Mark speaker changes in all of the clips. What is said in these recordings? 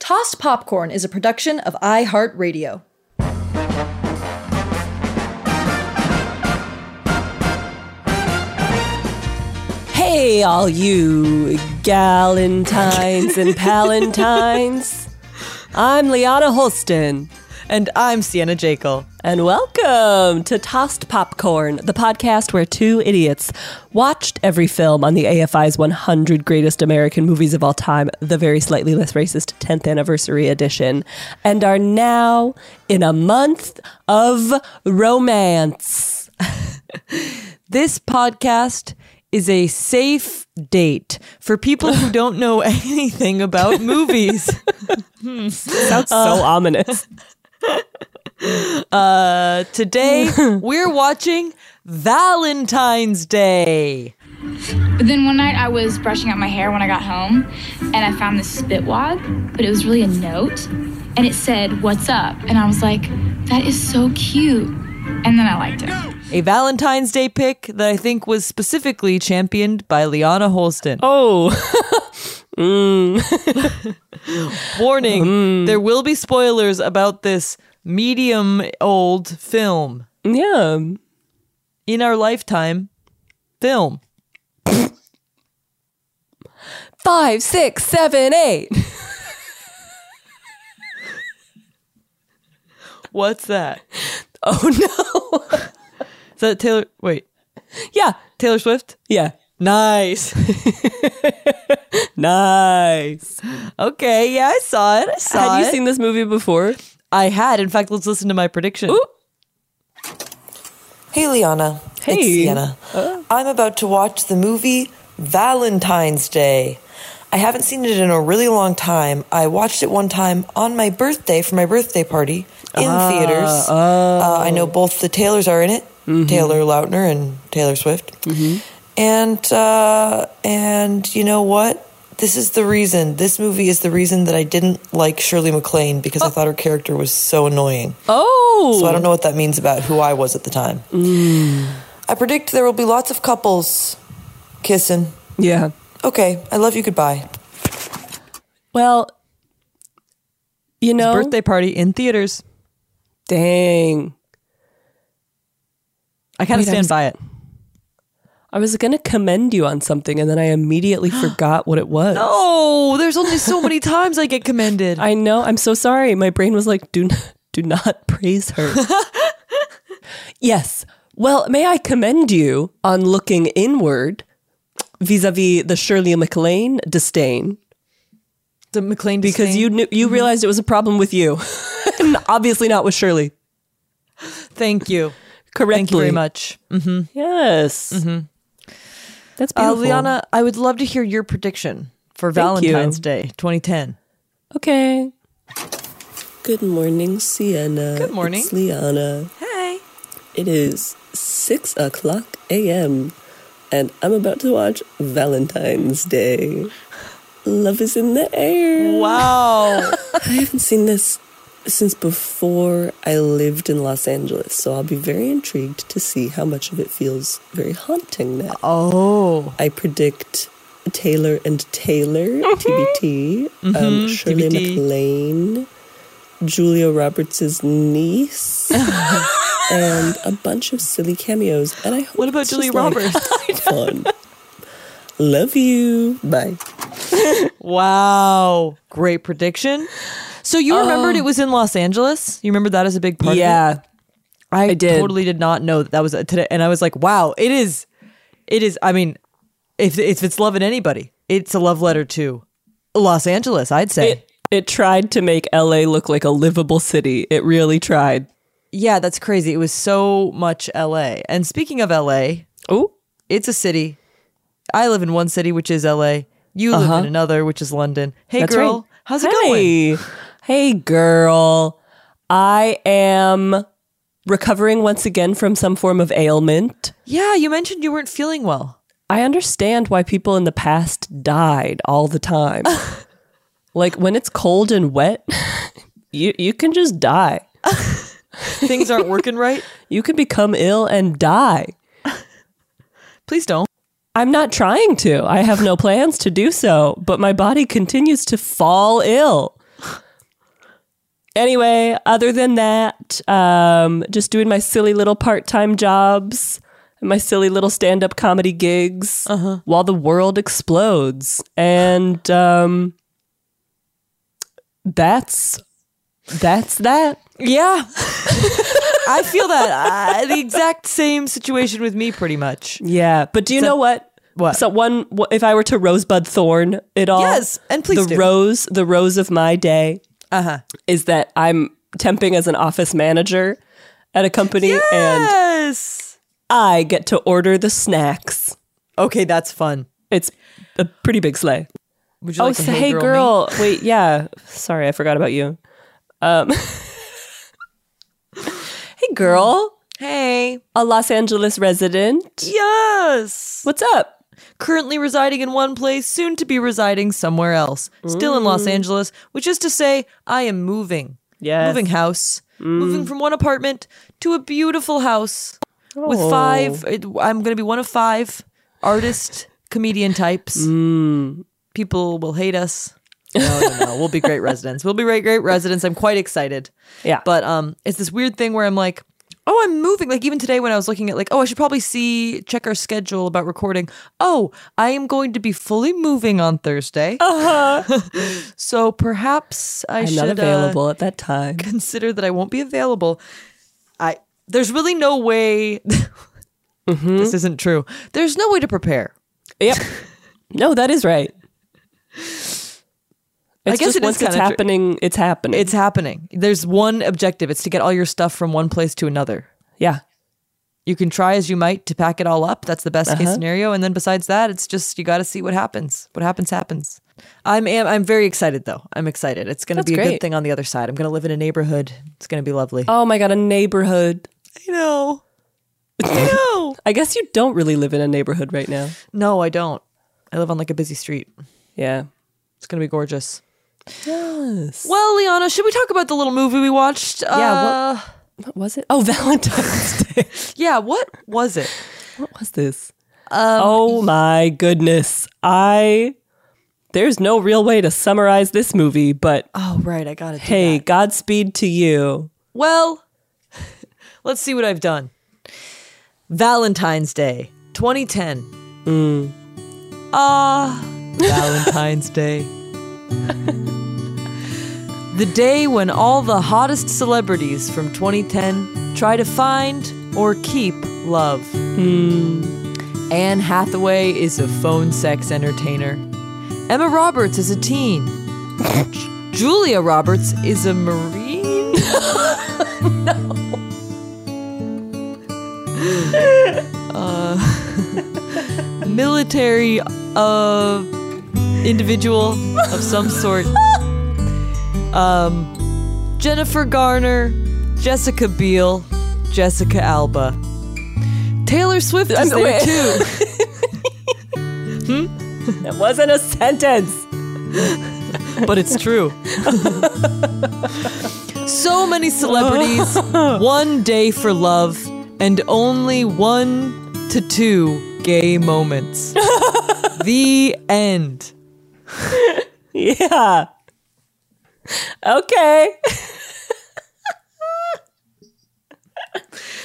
Speaker 1: Tossed Popcorn is a production of iHeartRadio.
Speaker 2: Hey, all you galantines and palantines. I'm Liana Holston.
Speaker 3: And I'm Sienna Jekyll.
Speaker 2: And welcome to Tossed Popcorn, the podcast where two idiots watched every film on the AFI's 100 Greatest American Movies of All Time, the very slightly less racist 10th anniversary edition, and are now in a month of romance.
Speaker 3: This podcast is a safe date for people who don't know anything about movies.
Speaker 2: Sounds so ominous.
Speaker 3: Uh, today, we're watching Valentine's Day.
Speaker 4: But then one night I was brushing out my hair when I got home and I found this spitwad, but it was really a note and it said, What's up? And I was like, That is so cute. And then I liked it.
Speaker 3: A Valentine's Day pick that I think was specifically championed by Liana Holston.
Speaker 2: Oh,
Speaker 3: Warning
Speaker 2: Mm.
Speaker 3: there will be spoilers about this medium old film.
Speaker 2: yeah.
Speaker 3: In our lifetime, film.
Speaker 2: Five, six, seven, eight.
Speaker 3: What's that?
Speaker 2: Oh, no.
Speaker 3: Is that Taylor? Wait,
Speaker 2: Yeah.
Speaker 3: Taylor Swift?
Speaker 2: Yeah.
Speaker 3: Nice.
Speaker 2: Nice.
Speaker 3: Okay, yeah, I saw it. I saw
Speaker 2: Had
Speaker 3: it.
Speaker 2: you seen this movie before?
Speaker 3: I had. In fact, let's listen to my prediction.
Speaker 2: Ooh.
Speaker 5: Hey, Liana. It's
Speaker 2: Hey.
Speaker 5: Sienna. I'm about to watch the movie Valentine's Day. I haven't seen it in a really long time. I watched it one time on my birthday for my birthday party in theaters. Uh, I know both the Taylors are in it Taylor Lautner and Taylor Swift. And, uh, and you know what? This is the reason. This movie is the reason that I didn't like Shirley MacLaine because I thought her character was so annoying.
Speaker 2: Oh.
Speaker 5: So I don't know what that means about who I was at the time.
Speaker 3: Mm.
Speaker 5: I predict there will be lots of couples kissing.
Speaker 2: Yeah.
Speaker 5: Okay, I love you. Goodbye.
Speaker 2: Well, you know,
Speaker 3: Birthday party in theaters.
Speaker 2: dang.
Speaker 3: I kind of
Speaker 2: Wait, I
Speaker 3: stand
Speaker 2: was-
Speaker 3: by it.
Speaker 2: I was going to commend you on something and then I immediately forgot what it was.
Speaker 3: Oh, there's only so many times I get commended.
Speaker 2: I know. I'm so sorry. My brain was like, do not, do not praise her. yes. Well, may I commend you on looking inward vis a vis the Shirley MacLaine disdain
Speaker 3: the McLean
Speaker 2: because you knew, you realized it was a problem with you and obviously not with Shirley.
Speaker 3: Thank you.
Speaker 2: Correctly.
Speaker 3: Thank you very much.
Speaker 2: Yes. That's
Speaker 3: Uh,
Speaker 2: beautiful.
Speaker 3: Liana, I would love to hear your prediction for
Speaker 2: Thank you.
Speaker 3: Valentine's Day 2010.
Speaker 2: Okay. Good morning, Sienna.
Speaker 3: Good morning.
Speaker 2: It's Liana.
Speaker 3: Hey.
Speaker 2: It is 6 o'clock a.m., and I'm about to watch Valentine's Day.
Speaker 6: Love is in the air.
Speaker 5: Wow.
Speaker 6: I haven't seen this since before I lived in Los Angeles, so I'll be very intrigued to see how much of it feels very haunting now.
Speaker 5: oh.
Speaker 6: I predict Taylor and Taylor,
Speaker 5: Mm-hmm.
Speaker 6: TBT, um, Shirley
Speaker 5: TBT.
Speaker 6: MacLaine, Julia Roberts' niece, and a bunch of silly cameos. And I hope
Speaker 5: What about
Speaker 6: it's
Speaker 5: Julia
Speaker 6: just, like, fun. Love you. Bye.
Speaker 5: Wow. Great prediction. Um, So you remembered it was in Los Angeles? You remember that as a big part? of it?
Speaker 2: Yeah.
Speaker 5: I,
Speaker 2: I did.
Speaker 5: totally did not know that, that was a, today. And I was like, wow, it is, it is. I mean, if, if it's loving anybody, it's a love letter to Los Angeles, I'd say.
Speaker 2: It, it tried to make LA look like a livable city. It really tried.
Speaker 5: yeah, that's crazy. It was so much LA. And speaking of LA,
Speaker 2: Oh,
Speaker 5: it's a city. I live in one city, which is LA. You live in another, which is London. Hey,
Speaker 2: That's
Speaker 5: girl,
Speaker 2: right.
Speaker 5: how's it going?
Speaker 2: Hey, girl. I am recovering once again from some form of ailment.
Speaker 5: Yeah, you mentioned you weren't feeling well.
Speaker 2: I understand why people in the past died all the time. like when it's cold and wet, you you can just die.
Speaker 5: Things aren't working right.
Speaker 2: You can become ill and die.
Speaker 5: Please don't.
Speaker 2: I'm not trying to. I have no plans to do so, but my body continues to fall ill. Anyway, other than that, um, just doing my silly little part time jobs, and my silly little stand up comedy gigs
Speaker 5: Uh-huh.
Speaker 2: while the world explodes. And um, that's that's that.
Speaker 5: Yeah. I feel that. Uh, the exact same situation with me, pretty much.
Speaker 2: Yeah. But do you know what?
Speaker 5: What?
Speaker 2: So one, wh- if I were to rosebud thorn it all,
Speaker 5: Yes, and please
Speaker 2: the
Speaker 5: do.
Speaker 2: rose, the rose of my day
Speaker 5: Uh huh.
Speaker 2: is that I'm temping as an office manager at a company, and
Speaker 5: Yes.
Speaker 2: I get to order the snacks.
Speaker 5: Okay, that's fun.
Speaker 2: It's a pretty big sleigh.
Speaker 5: Would you like
Speaker 2: oh,
Speaker 5: a
Speaker 2: so
Speaker 5: hey,
Speaker 2: hey
Speaker 5: girl?
Speaker 2: girl, wait, yeah, sorry, I forgot about you. Um, hey girl,
Speaker 5: me? Hey.
Speaker 2: a Los Angeles resident.
Speaker 5: Yes.
Speaker 2: What's up?
Speaker 5: Currently residing in one place, soon to be residing somewhere else. Still in Los Angeles, which is to say, I am moving.
Speaker 2: Yes.
Speaker 5: Moving house. Moving from one apartment to a beautiful house with five. it- I'm going to be one of five artist comedian types. People will hate us. No, no, no. We'll be great residents. We'll be great, great residents. I'm quite excited.
Speaker 2: Yeah.
Speaker 5: But um, it's this weird thing where I'm like, oh, I'm moving. Like even today when I was looking at like, oh, I should probably see check our schedule about recording. Oh, I am going to be fully moving on Thursday. Uh-huh. so perhaps I
Speaker 2: I'm
Speaker 5: should
Speaker 2: not
Speaker 5: uh,
Speaker 2: available at that time.
Speaker 5: consider that I won't be available. I there's really no way.
Speaker 2: Mm-hmm.
Speaker 5: This isn't true. There's no way to prepare.
Speaker 2: Yep. no, that is right. It's
Speaker 5: guess
Speaker 2: just
Speaker 5: it is
Speaker 2: once it's
Speaker 5: kinda tr-
Speaker 2: happening, it's happening.
Speaker 5: It's happening. There's one objective. It's to get all your stuff from one place to another.
Speaker 2: yeah.
Speaker 5: you can try as you might to pack it all up. That's the best
Speaker 2: Uh-huh.
Speaker 5: case scenario. And then besides that, it's just you got to see what happens. What happens happens. I'm am, I'm very excited though. I'm excited. It's going to
Speaker 2: That's
Speaker 5: be a good
Speaker 2: great.
Speaker 5: thing on the other side. I'm going to live in a neighborhood. It's going to be lovely.
Speaker 2: Oh my god, a neighborhood.
Speaker 5: I know. I know.
Speaker 2: I guess you don't really live in a neighborhood right now.
Speaker 5: No, I don't. I live on like a busy street.
Speaker 2: Yeah.
Speaker 5: It's going to be gorgeous. Yes. Well, Liana, should we talk about the little movie we watched?
Speaker 2: Yeah,
Speaker 5: Uh,
Speaker 2: What was it? Oh, Valentine's Day.
Speaker 5: yeah. What was it?
Speaker 2: what was this? oh my goodness. I There's no real way to summarize this movie, but
Speaker 5: Oh, right. I got it.
Speaker 2: hey, Godspeed to you.
Speaker 5: Well, let's see what I've done. Valentine's Day, 2010. Ah, Valentine's Day. the day when all the hottest celebrities from 2010 try to find or keep love. Anne Hathaway is a phone sex entertainer. Emma Roberts is a teen. J- Julia Roberts is a marine. military uh, individual of some sort. Um, Jennifer Garner, Jessica Biel, Jessica Alba. Taylor Swift is there
Speaker 2: wait.
Speaker 5: too.
Speaker 2: That wasn't a sentence.
Speaker 5: but it's true. so many celebrities, one day for love, and only one to two gay moments. the end.
Speaker 2: Yeah. Okay.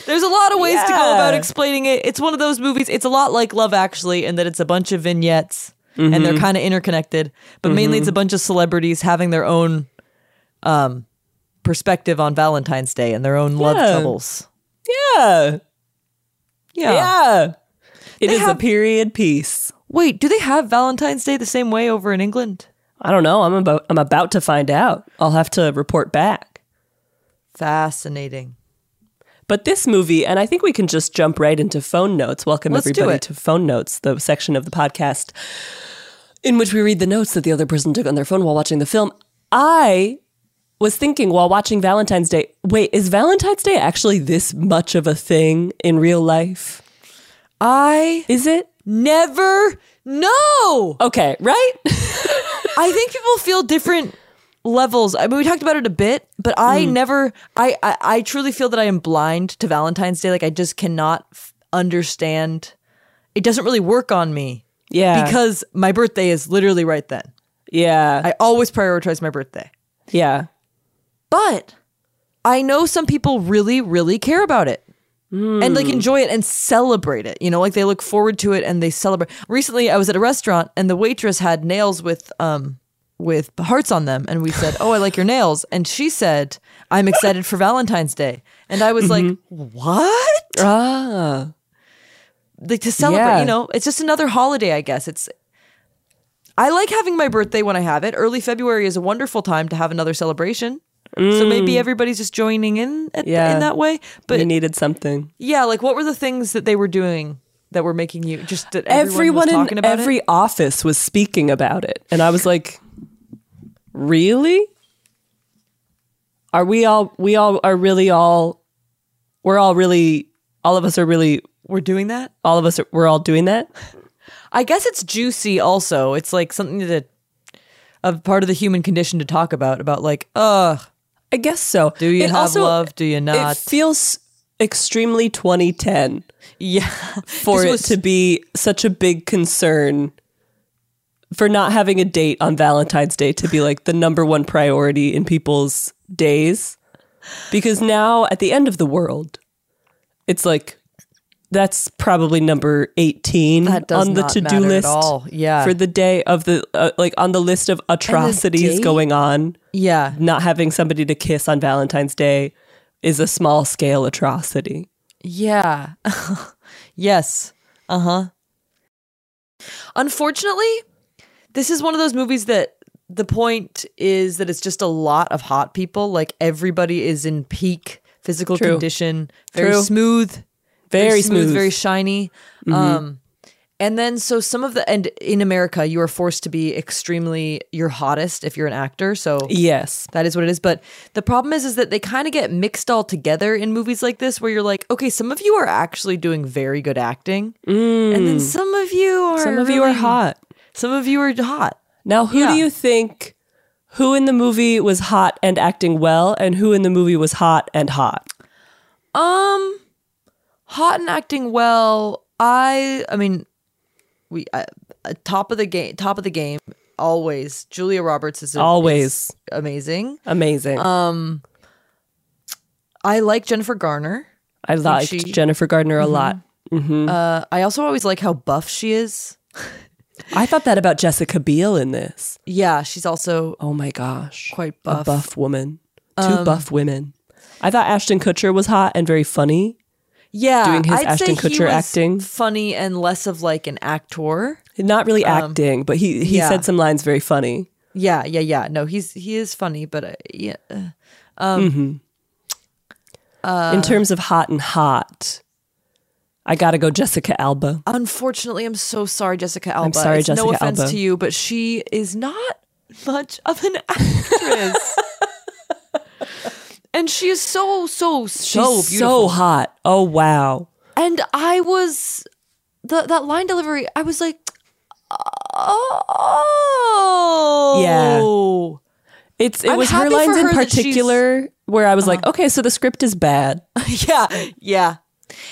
Speaker 5: There's a lot of ways to go
Speaker 2: Yeah.
Speaker 5: about explaining it. It's one of those movies. It's a lot like Love Actually, in that it's a bunch of vignettes and
Speaker 2: Mm-hmm.
Speaker 5: they're kind of interconnected, but mainly it's a bunch of celebrities having their own um, perspective on Valentine's Day and their own love
Speaker 2: Yeah.
Speaker 5: troubles.
Speaker 2: Yeah.
Speaker 5: Yeah.
Speaker 2: Yeah. It is a
Speaker 5: have-
Speaker 2: period piece.
Speaker 5: Wait, do they have Valentine's Day the same way over in England?
Speaker 2: I don't know. I'm about I'm about to find out. I'll have to report back.
Speaker 5: Fascinating.
Speaker 2: But this movie, and I think we can just jump right into phone notes. Welcome
Speaker 5: Let's do
Speaker 2: everybody
Speaker 5: it.
Speaker 2: to phone notes, the section of the podcast in which we read the notes that the other person took on their phone while watching the film. I was thinking while watching Valentine's Day, wait, is Valentine's Day actually this much of a thing in real life?
Speaker 5: I
Speaker 2: Is it?
Speaker 5: never know.
Speaker 2: Okay, right?
Speaker 5: I think people feel different levels. I mean, we talked about it a bit, but I never, I, I, I truly feel that I am blind to Valentine's Day. Like, I just cannot f- understand. It doesn't really work on me
Speaker 2: yeah. Because
Speaker 5: because my birthday is literally right then.
Speaker 2: yeah.
Speaker 5: I always prioritize my birthday.
Speaker 2: yeah.
Speaker 5: But I know some people really, really care about it. And
Speaker 2: Hmm.
Speaker 5: like enjoy it and celebrate it. You know, like they look forward to it and they celebrate. Recently I was at a restaurant and the waitress had nails with um with hearts on them and we said, "Oh, I like your nails." And she said, "I'm excited for Valentine's Day." And I was like, "What?"
Speaker 2: Mm-hmm. Ah.
Speaker 5: Like to celebrate,
Speaker 2: Yeah.
Speaker 5: you know, it's just another holiday, I guess. It's I like having my birthday when I have it. Early February is a wonderful time to have another celebration. So maybe everybody's just joining in at,
Speaker 2: Mm. Yeah.
Speaker 5: in that way. But
Speaker 2: They needed something.
Speaker 5: yeah, like what were the things that they were doing that were making you just that
Speaker 2: everyone,
Speaker 5: everyone, was talking
Speaker 2: in
Speaker 5: about
Speaker 2: every
Speaker 5: it?
Speaker 2: office was speaking about it and i was like really are we all we all are really all we're all really all of us are really
Speaker 5: We're doing that.
Speaker 2: all of us are, we're all doing that
Speaker 5: I guess it's juicy. Also, it's like something that a part of the human condition to talk about. About like, ugh,
Speaker 2: i guess so
Speaker 5: do you
Speaker 2: It
Speaker 5: have
Speaker 2: also-
Speaker 5: love? Do you
Speaker 2: it
Speaker 5: not?
Speaker 2: feels extremely 2010
Speaker 5: yeah,
Speaker 2: for
Speaker 5: This
Speaker 2: it
Speaker 5: was-
Speaker 2: to be such a big concern for not having a date on Valentine's Day to be like the number one priority in people's days. Because now at the end of the world, it's like that's probably number 18
Speaker 5: That does
Speaker 2: on the
Speaker 5: not
Speaker 2: to do
Speaker 5: matter at
Speaker 2: list
Speaker 5: all. Yeah.
Speaker 2: for the day of the uh, like on the list of atrocities
Speaker 6: date?
Speaker 2: going on
Speaker 5: yeah,
Speaker 2: not having somebody to kiss on valentine's day is a small scale atrocity
Speaker 5: yeah, yes, uh huh. Unfortunately, this is one of those movies that the point is that it's just a lot of hot people. Like everybody is in peak physical
Speaker 2: True.
Speaker 5: condition, very
Speaker 2: True.
Speaker 5: smooth,
Speaker 2: very, smooth Mm-hmm.
Speaker 5: very shiny. Um, and then so some of the and in America, you are forced to be extremely your hottest if you're an actor. So
Speaker 2: yes
Speaker 5: that is what it is. But the problem is, is that they kind of get mixed all together in movies like this, where you're like, okay, some of you are actually doing very good acting, and then Mm. some of you are
Speaker 2: some of you are
Speaker 5: really-
Speaker 2: hot
Speaker 5: Some of you are hot.
Speaker 2: Now, who do you think who in the movie was hot and acting well, and who in the movie was hot and hot?
Speaker 5: Um, hot and acting well. I, I mean, we uh, uh, top of the game, top of the game always. Julia Roberts is a-
Speaker 2: Always.
Speaker 5: is amazing.
Speaker 2: Amazing.
Speaker 5: Um, I like Jennifer Garner.
Speaker 2: I liked
Speaker 5: she-
Speaker 2: Jennifer Gardner
Speaker 5: Mm-hmm.
Speaker 2: a lot.
Speaker 5: Uh, I also always like how buff she is.
Speaker 2: I thought that about Jessica Biel in this.
Speaker 5: Yeah, she's also
Speaker 2: Oh my gosh.
Speaker 5: Quite
Speaker 2: A
Speaker 5: buff. Um,
Speaker 2: buff woman. Two buff women. I thought Ashton Kutcher was hot and very funny.
Speaker 5: yeah
Speaker 2: Doing his
Speaker 5: I'd
Speaker 2: Ashton
Speaker 5: say he
Speaker 2: Kutcher
Speaker 5: was
Speaker 2: acting.
Speaker 5: funny and less of like an actor.
Speaker 2: Not really acting, but he, he
Speaker 5: um, yeah.
Speaker 2: said some lines very funny.
Speaker 5: Yeah, yeah, yeah. No, he's he is funny, but uh, yeah, uh,
Speaker 2: in terms of hot and hot, I gotta go Jessica Alba.
Speaker 5: Unfortunately, I'm so sorry, Jessica Alba.
Speaker 2: sorry,
Speaker 5: it's No
Speaker 2: Jessica
Speaker 5: offense
Speaker 2: Alba.
Speaker 5: to you, but she is not much of an actress. and she is so, so, so
Speaker 2: She's so
Speaker 5: beautiful.
Speaker 2: hot. Oh wow.
Speaker 5: and I was the that line delivery. I was like, Oh.
Speaker 2: It's it
Speaker 5: I'm
Speaker 2: was her
Speaker 5: happy for
Speaker 2: lines in
Speaker 5: her that she's-
Speaker 2: particular
Speaker 5: Uh-huh.
Speaker 2: where I was like, okay, so the script is bad.
Speaker 5: Yeah. Yeah.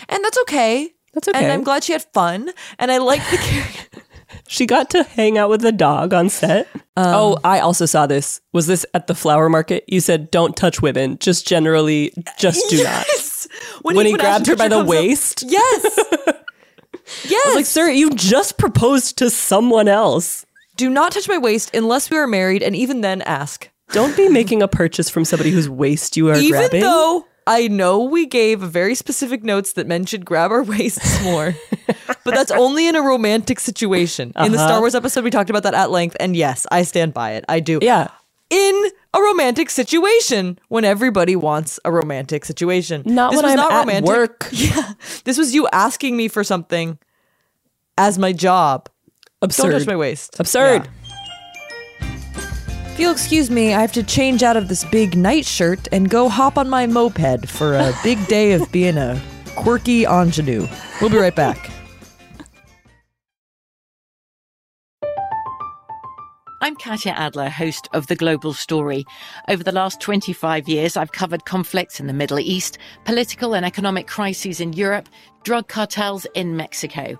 Speaker 5: And that's okay.
Speaker 2: That's okay.
Speaker 5: And I'm glad she had fun. And I like the character.
Speaker 2: She got to hang out with the dog on set.
Speaker 5: Um.
Speaker 2: oh, I also saw this. Was this at the flower market? You said don't touch women. Just generally, just do
Speaker 5: When,
Speaker 2: When he grabbed her
Speaker 5: Ashton
Speaker 2: by the
Speaker 5: Kutcher comes up-
Speaker 2: waist?
Speaker 5: yes.
Speaker 2: not.
Speaker 5: yes.
Speaker 2: Like, sir, you just proposed to someone else.
Speaker 5: Do not touch my waist unless we are married, and even then ask.
Speaker 2: Don't be making a purchase from somebody whose waist you are
Speaker 5: even
Speaker 2: grabbing.
Speaker 5: though I know we gave very specific notes that men should grab our waists more, but that's only in a romantic situation. In the Star Wars episode, we talked about that at length, and yes, I stand by it. I do.
Speaker 2: yeah.
Speaker 5: In a romantic situation, when everybody wants a romantic situation,
Speaker 2: Not
Speaker 5: this
Speaker 2: when
Speaker 5: was
Speaker 2: I'm
Speaker 5: not
Speaker 2: at
Speaker 5: romantic.
Speaker 2: work.
Speaker 5: Yeah, this was you asking me for something as my job.
Speaker 2: Absurd.
Speaker 5: Don't touch my waist.
Speaker 2: Absurd.
Speaker 5: If you'll excuse me, I have to change out of this big nightshirt and go hop on my moped for a big day of being a quirky ingenue. We'll be right back.
Speaker 7: I'm Katya Adler, host of The Global Story. Over the last 25 years, I've covered conflicts in the Middle East, political and economic crises in Europe, drug cartels in Mexico.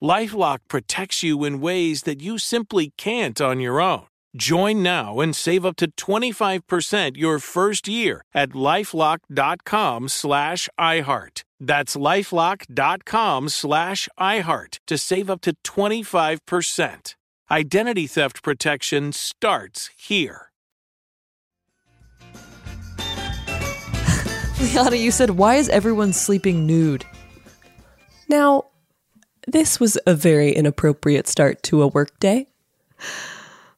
Speaker 8: Lifelock protects you in ways that you simply can't on your own. Join now and save up to 25% your first year at lifelock.com slash iHeart. That's lifelock.com slash iHeart to save up to 25%. Identity theft protection starts here.
Speaker 5: Liana, you said, Why is everyone sleeping nude?
Speaker 2: Now, this was a very inappropriate start to a workday.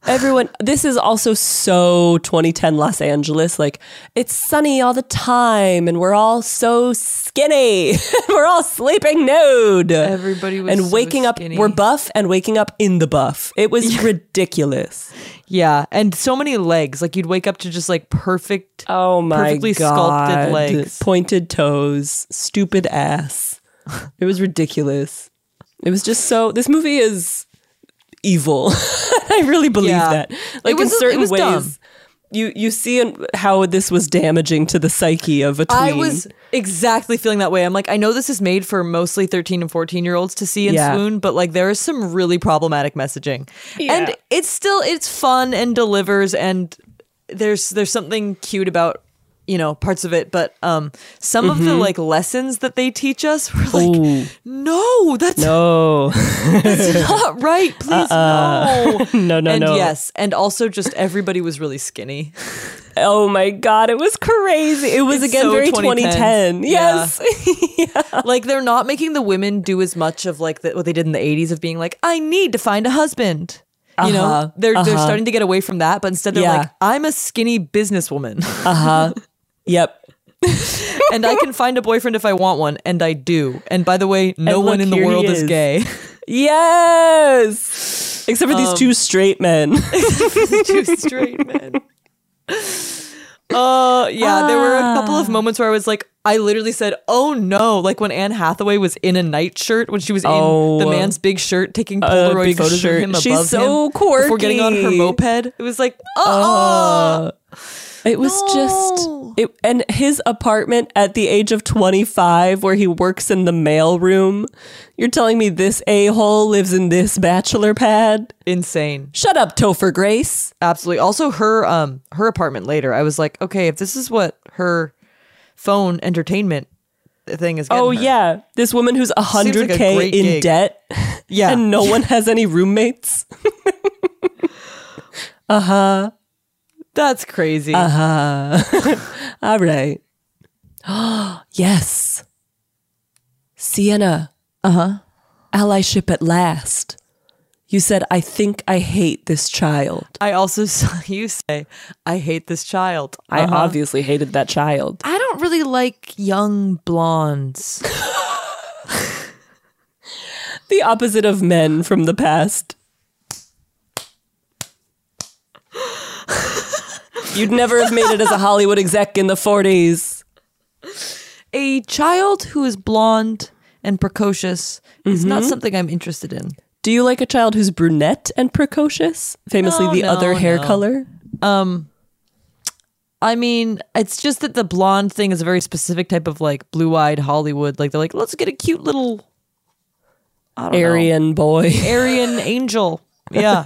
Speaker 2: Everyone, this is also so 2010 Los Angeles. Like, it's sunny all the time, and we're all so skinny. we're all sleeping nude.
Speaker 5: Everybody was
Speaker 2: and
Speaker 5: so
Speaker 2: waking
Speaker 5: skinny.
Speaker 2: up. We're buff and waking up in the buff. It was ridiculous.
Speaker 5: Yeah, and so many legs. Like you'd wake up to just like perfect.
Speaker 2: Oh my
Speaker 5: Perfectly
Speaker 2: god!
Speaker 5: sculpted legs.
Speaker 2: pointed toes, stupid ass. It was ridiculous. It was just so. This movie is evil. I really believe
Speaker 5: Yeah.
Speaker 2: that. Like
Speaker 5: was-
Speaker 2: in
Speaker 5: it
Speaker 2: certain
Speaker 5: was
Speaker 2: ways,
Speaker 5: dumb.
Speaker 2: you you see in- how this was damaging to the psyche of a tween.
Speaker 5: I was exactly feeling that way. I'm like, I know this is made for mostly 13 and 14 year olds to see and
Speaker 2: Yeah.
Speaker 5: swoon, but like there is some really problematic messaging. And it's still it's fun and delivers and there's there's something cute about you know parts of it but um some of the
Speaker 2: Mm-hmm.
Speaker 5: like lessons that they teach us were like no that's
Speaker 2: no,
Speaker 5: that's not right please no
Speaker 2: Uh-uh. no, no,
Speaker 5: and
Speaker 2: no.
Speaker 5: yes and also just everybody was really skinny
Speaker 2: Oh my god! It was crazy. It was
Speaker 5: It's
Speaker 2: again
Speaker 5: so
Speaker 2: very
Speaker 5: 2010.
Speaker 2: 2010. Yes.
Speaker 5: like they're not making the women do as much of like the, what they did in the 80s of being like i need to find a husband You
Speaker 2: Uh-huh,
Speaker 5: know, they're they're
Speaker 2: uh-huh.
Speaker 5: starting to get away from that, but instead they're
Speaker 2: Yeah.
Speaker 5: like, I'm a skinny businesswoman.
Speaker 2: Uh huh. yep.
Speaker 5: and I can find a boyfriend if I want one, and I do. And by the way, no
Speaker 2: And
Speaker 5: one
Speaker 2: look,
Speaker 5: in the
Speaker 2: here he
Speaker 5: world is.
Speaker 2: is.
Speaker 5: gay.
Speaker 2: Yes. Except for these
Speaker 5: Um,
Speaker 2: two straight men.
Speaker 5: two straight men. Uh yeah, there were a couple
Speaker 2: Ah.
Speaker 5: of moments where I was like, I literally said, "Oh no!" Like when Anne Hathaway was in a nightshirt when she was
Speaker 2: Oh.
Speaker 5: in the man's big shirt, taking
Speaker 2: A
Speaker 5: Polaroid
Speaker 2: big
Speaker 5: photos
Speaker 2: shirt.
Speaker 5: of him above
Speaker 2: She's so
Speaker 5: him before getting on her
Speaker 2: quirky.
Speaker 5: moped. It was like, uh-uh.
Speaker 2: Uh,
Speaker 5: oh,
Speaker 2: it was just it, and his apartment at the age of 25 where he works in the mail room. You're telling me this a-hole lives in this bachelor pad?
Speaker 5: insane.
Speaker 2: Shut up, Topher Grace.
Speaker 5: Absolutely. Also, her um her apartment later. I was like, okay, if this is what her phone entertainment thing is. Getting
Speaker 2: Oh
Speaker 5: her,
Speaker 2: yeah, this woman who's
Speaker 5: like a
Speaker 2: 100k
Speaker 5: great
Speaker 2: in
Speaker 5: gig.
Speaker 2: debt
Speaker 5: yeah.
Speaker 2: and no one has any roommates. uh-huh.
Speaker 5: That's crazy.
Speaker 2: Uh-huh. All right. yes. Sienna. Uh-huh. Allyship at last. You said, I think I hate this child.
Speaker 5: I also saw you say, I hate this child.
Speaker 2: I obviously hated that child.
Speaker 5: I don't really like young blondes.
Speaker 2: The opposite of men from the past. You'd never have made it as a Hollywood exec in the 40s.
Speaker 5: A child who is blonde and precocious is not something I'm interested in.
Speaker 2: Do you like a child who's brunette and precocious? Famously,
Speaker 5: No,
Speaker 2: the
Speaker 5: no,
Speaker 2: other hair
Speaker 5: no.
Speaker 2: color?
Speaker 5: Um I mean, it's just that the blonde thing is a very specific type of like blue-eyed Hollywood. Like they're like, let's get a cute little I don't know,
Speaker 2: Aryan boy.
Speaker 5: Aryan angel. Yeah.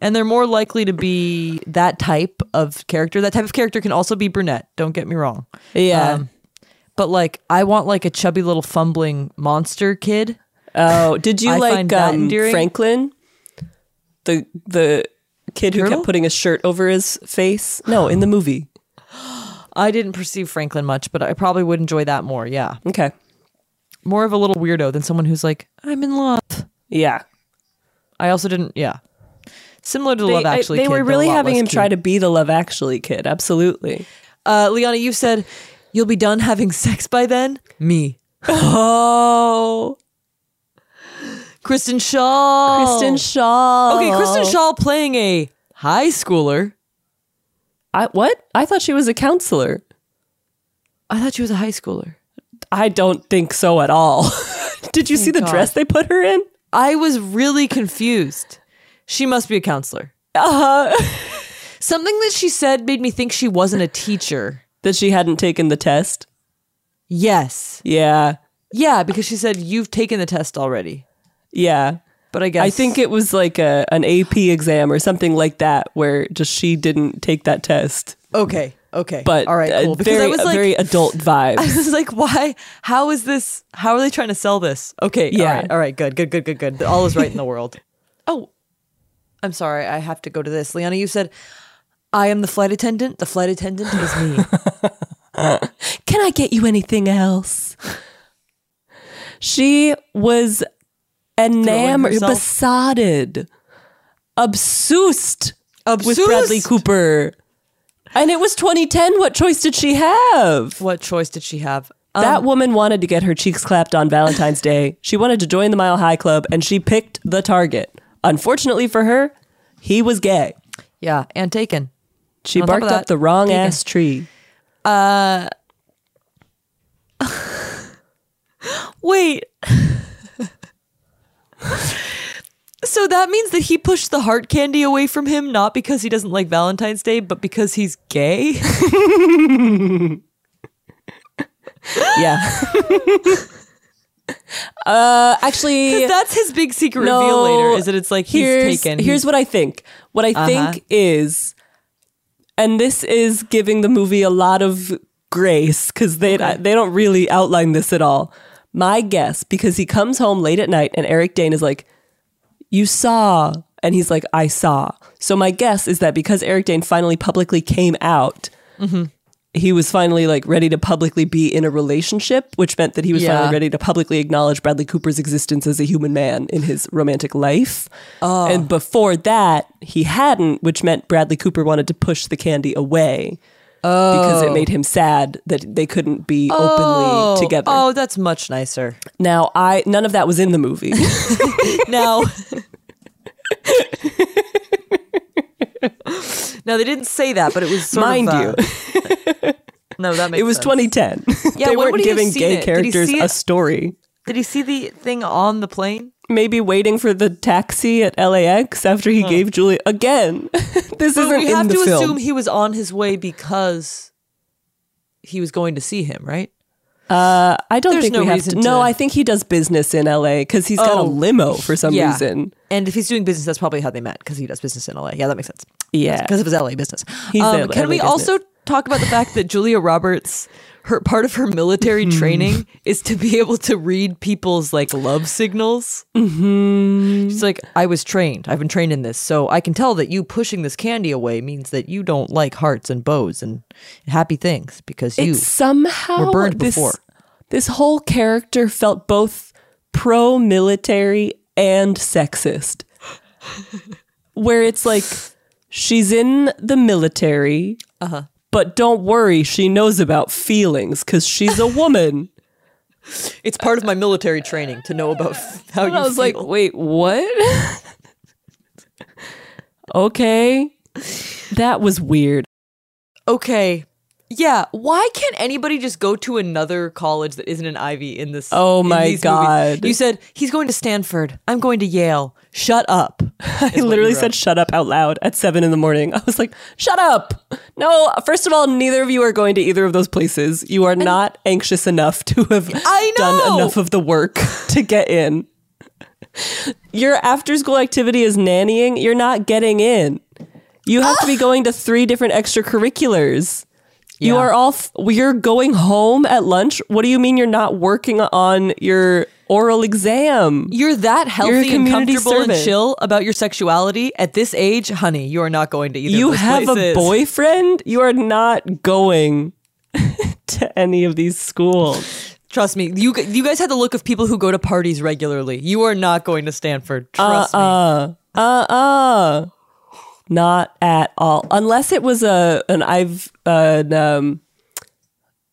Speaker 5: And they're more likely to be that type of character. That type of character can also be brunette. Don't get me wrong.
Speaker 2: Yeah.
Speaker 5: Um, but like, I want like a chubby little fumbling monster kid.
Speaker 2: oh, did you
Speaker 5: I
Speaker 2: like
Speaker 5: find that
Speaker 2: um,
Speaker 5: endearing.
Speaker 2: Franklin, the the kid who
Speaker 5: Turtle?
Speaker 2: kept putting a shirt over his face? No, in the movie.
Speaker 5: I didn't perceive Franklin much, but I probably would enjoy that more. Yeah,
Speaker 2: Okay,
Speaker 5: more of a little weirdo than someone who's like, I'm in love.
Speaker 2: yeah.
Speaker 5: I also didn't. Yeah, similar to Love
Speaker 2: I-
Speaker 5: Actually.
Speaker 2: they
Speaker 5: kid,
Speaker 2: were
Speaker 5: but a
Speaker 2: really
Speaker 5: lot
Speaker 2: having
Speaker 5: less
Speaker 2: him
Speaker 5: cute.
Speaker 2: try to be the Love Actually kid. Absolutely.
Speaker 5: Uh, Liana, you said you'll be done having sex by then. Me,
Speaker 2: Oh,
Speaker 5: Kristen Shaw.
Speaker 2: Kristen Shaw.
Speaker 5: Okay, Kristen
Speaker 2: Oh.
Speaker 5: Shaw playing a high schooler.
Speaker 2: I, what? I thought she was a counselor.
Speaker 5: I thought she was a high schooler.
Speaker 2: I don't think so at all. Did you see the
Speaker 5: God.
Speaker 2: dress they put her in?
Speaker 5: I was really confused. She must be a counselor. Uh-huh.
Speaker 2: Uh huh.
Speaker 5: Something that she said made me think she wasn't a teacher.
Speaker 2: that she hadn't taken the test.
Speaker 5: Yes.
Speaker 2: Yeah.
Speaker 5: Yeah, because she said you've taken the test already.
Speaker 2: Yeah.
Speaker 5: But I guess
Speaker 2: I think it was like a an AP exam or something like that, where just she didn't take that test.
Speaker 5: okay, okay,
Speaker 2: But
Speaker 5: all right,
Speaker 2: uh,
Speaker 5: cool. Because
Speaker 2: very,
Speaker 5: I was like,
Speaker 2: very adult vibe.
Speaker 5: I was like, why? How is this? How are they trying to sell this? Okay,
Speaker 2: Yeah.
Speaker 5: all right, all right, good, good, good, good, good. All is right in the world. Oh, I'm sorry, I have to go to this. Liana, you said I am the flight attendant. The flight attendant is me.
Speaker 2: Can I get you anything else? She was enamored,
Speaker 5: herself.
Speaker 2: besotted, obsessed with
Speaker 5: Obsessed?
Speaker 2: Bradley Cooper. And it was 2010. What choice did she have?
Speaker 5: what choice did she have?
Speaker 2: that woman wanted to get her cheeks clapped on Valentine's Day. She wanted to join the Mile High Club and she picked the target. Unfortunately for her, he was gay.
Speaker 5: Yeah, and taken.
Speaker 2: She
Speaker 5: On top of
Speaker 2: barked up
Speaker 5: that,
Speaker 2: the wrong
Speaker 5: vegan.
Speaker 2: ass tree.
Speaker 5: Uh, Wait. so that means that he pushed the heart candy away from him, not because he doesn't like Valentine's Day, but because he's gay?
Speaker 2: Yeah. uh, actually,
Speaker 5: That's his big secret
Speaker 2: no,
Speaker 5: reveal later, is that it's like he's
Speaker 2: here's,
Speaker 5: taken. Uh-huh.
Speaker 2: Here's what I think. What I think is, and this is giving the movie a lot of grace because they they don't really outline this at all. My guess, because he comes home late at night and Eric Dane is like, "You saw," and he's like,
Speaker 5: Mm-hmm.
Speaker 2: "I saw." So my guess is that because Eric Dane finally publicly came out, he was finally like ready to publicly be in a relationship, which meant that he was
Speaker 5: Yeah.
Speaker 2: finally ready to publicly acknowledge Bradley Cooper's existence as a human man in his romantic life.
Speaker 5: Oh.
Speaker 2: And before that, he hadn't, which meant Bradley Cooper wanted to push the candy away because it
Speaker 5: Oh.
Speaker 2: made him sad that they couldn't be
Speaker 5: Oh.
Speaker 2: openly together.
Speaker 5: Oh, that's much nicer.
Speaker 2: Now, I none of that was in the movie.
Speaker 5: now, now they didn't say that, but it was sort
Speaker 2: Mind
Speaker 5: of, uh, no, that makes
Speaker 2: it was
Speaker 5: sense.
Speaker 2: 2010.
Speaker 5: Yeah,
Speaker 2: they
Speaker 5: when
Speaker 2: weren't
Speaker 5: would he have
Speaker 2: giving
Speaker 5: seen
Speaker 2: gay
Speaker 5: it? Did he
Speaker 2: characters
Speaker 5: see
Speaker 2: a
Speaker 5: it?
Speaker 2: story.
Speaker 5: Did he see the thing on the plane?
Speaker 2: Maybe waiting for the taxi at LAX after he gave Julie again. this
Speaker 5: But
Speaker 2: isn't
Speaker 5: we
Speaker 2: in
Speaker 5: have
Speaker 2: the
Speaker 5: to
Speaker 2: film.
Speaker 5: assume he was on his way because he was going to see him, right?
Speaker 2: uh, I don't
Speaker 5: There's
Speaker 2: think
Speaker 5: no
Speaker 2: we have to.
Speaker 5: reason
Speaker 2: No,
Speaker 5: to-
Speaker 2: I think he does business in LA because he's got a
Speaker 5: Oh,
Speaker 2: limo for some
Speaker 5: yeah.
Speaker 2: reason.
Speaker 5: And if he's doing business, that's probably how they met because he does business in LA. Yeah, that makes sense.
Speaker 2: Yeah.
Speaker 5: because it was LA business.
Speaker 2: He's
Speaker 5: Um,
Speaker 2: the LA
Speaker 5: can we
Speaker 2: business.
Speaker 5: also talk about the fact that Julia Roberts, her part of her military
Speaker 2: Hmm.
Speaker 5: training is to be able to read people's like love signals? Mm-hmm. She's like, I was trained. I've been trained in this, so I can tell that you pushing this candy away means that you don't like hearts and bows and happy things because you
Speaker 2: It somehow
Speaker 5: were burned
Speaker 2: this,
Speaker 5: before.
Speaker 2: This whole character felt both pro military and sexist. Where it's like she's in the military, uh-huh. but don't worry, she knows about feelings because she's a woman.
Speaker 5: It's part of my military training to know about f- how Oh, you
Speaker 2: and I was
Speaker 5: feel.
Speaker 2: like, wait, what? okay. That was weird.
Speaker 5: okay. Yeah, why can't anybody just go to another college that isn't an Ivy in this?
Speaker 2: Oh
Speaker 5: in
Speaker 2: my
Speaker 5: these movies?
Speaker 2: God.
Speaker 5: You said he's going to Stanford. I'm going to Yale. Shut up.
Speaker 2: I literally said shut up out loud at seven in the morning. I was like, shut up. No, first of all, neither of you are going to either of those places. You are not anxious enough to have
Speaker 5: I
Speaker 2: done
Speaker 5: know!
Speaker 2: enough of the work to get in. Your after school activity is nannying. You're not getting in. You have to be going to three different extracurriculars. You
Speaker 5: Yeah.
Speaker 2: are all, f- you're going home at lunch. What do you mean you're not working on your oral exam?
Speaker 5: You're that
Speaker 2: You're a
Speaker 5: healthy and
Speaker 2: community
Speaker 5: comfortable and
Speaker 2: servant.
Speaker 5: chill about your sexuality at this age, honey. You are not going to either.
Speaker 2: you
Speaker 5: of those
Speaker 2: have a
Speaker 5: places.
Speaker 2: boyfriend you are not going to any of these schools
Speaker 5: Trust me. You g- you guys had the look of people who go to parties regularly. You are not going to Stanford. Trust
Speaker 2: Uh,
Speaker 5: me.
Speaker 2: uh-uh not at all unless it was a an i've an um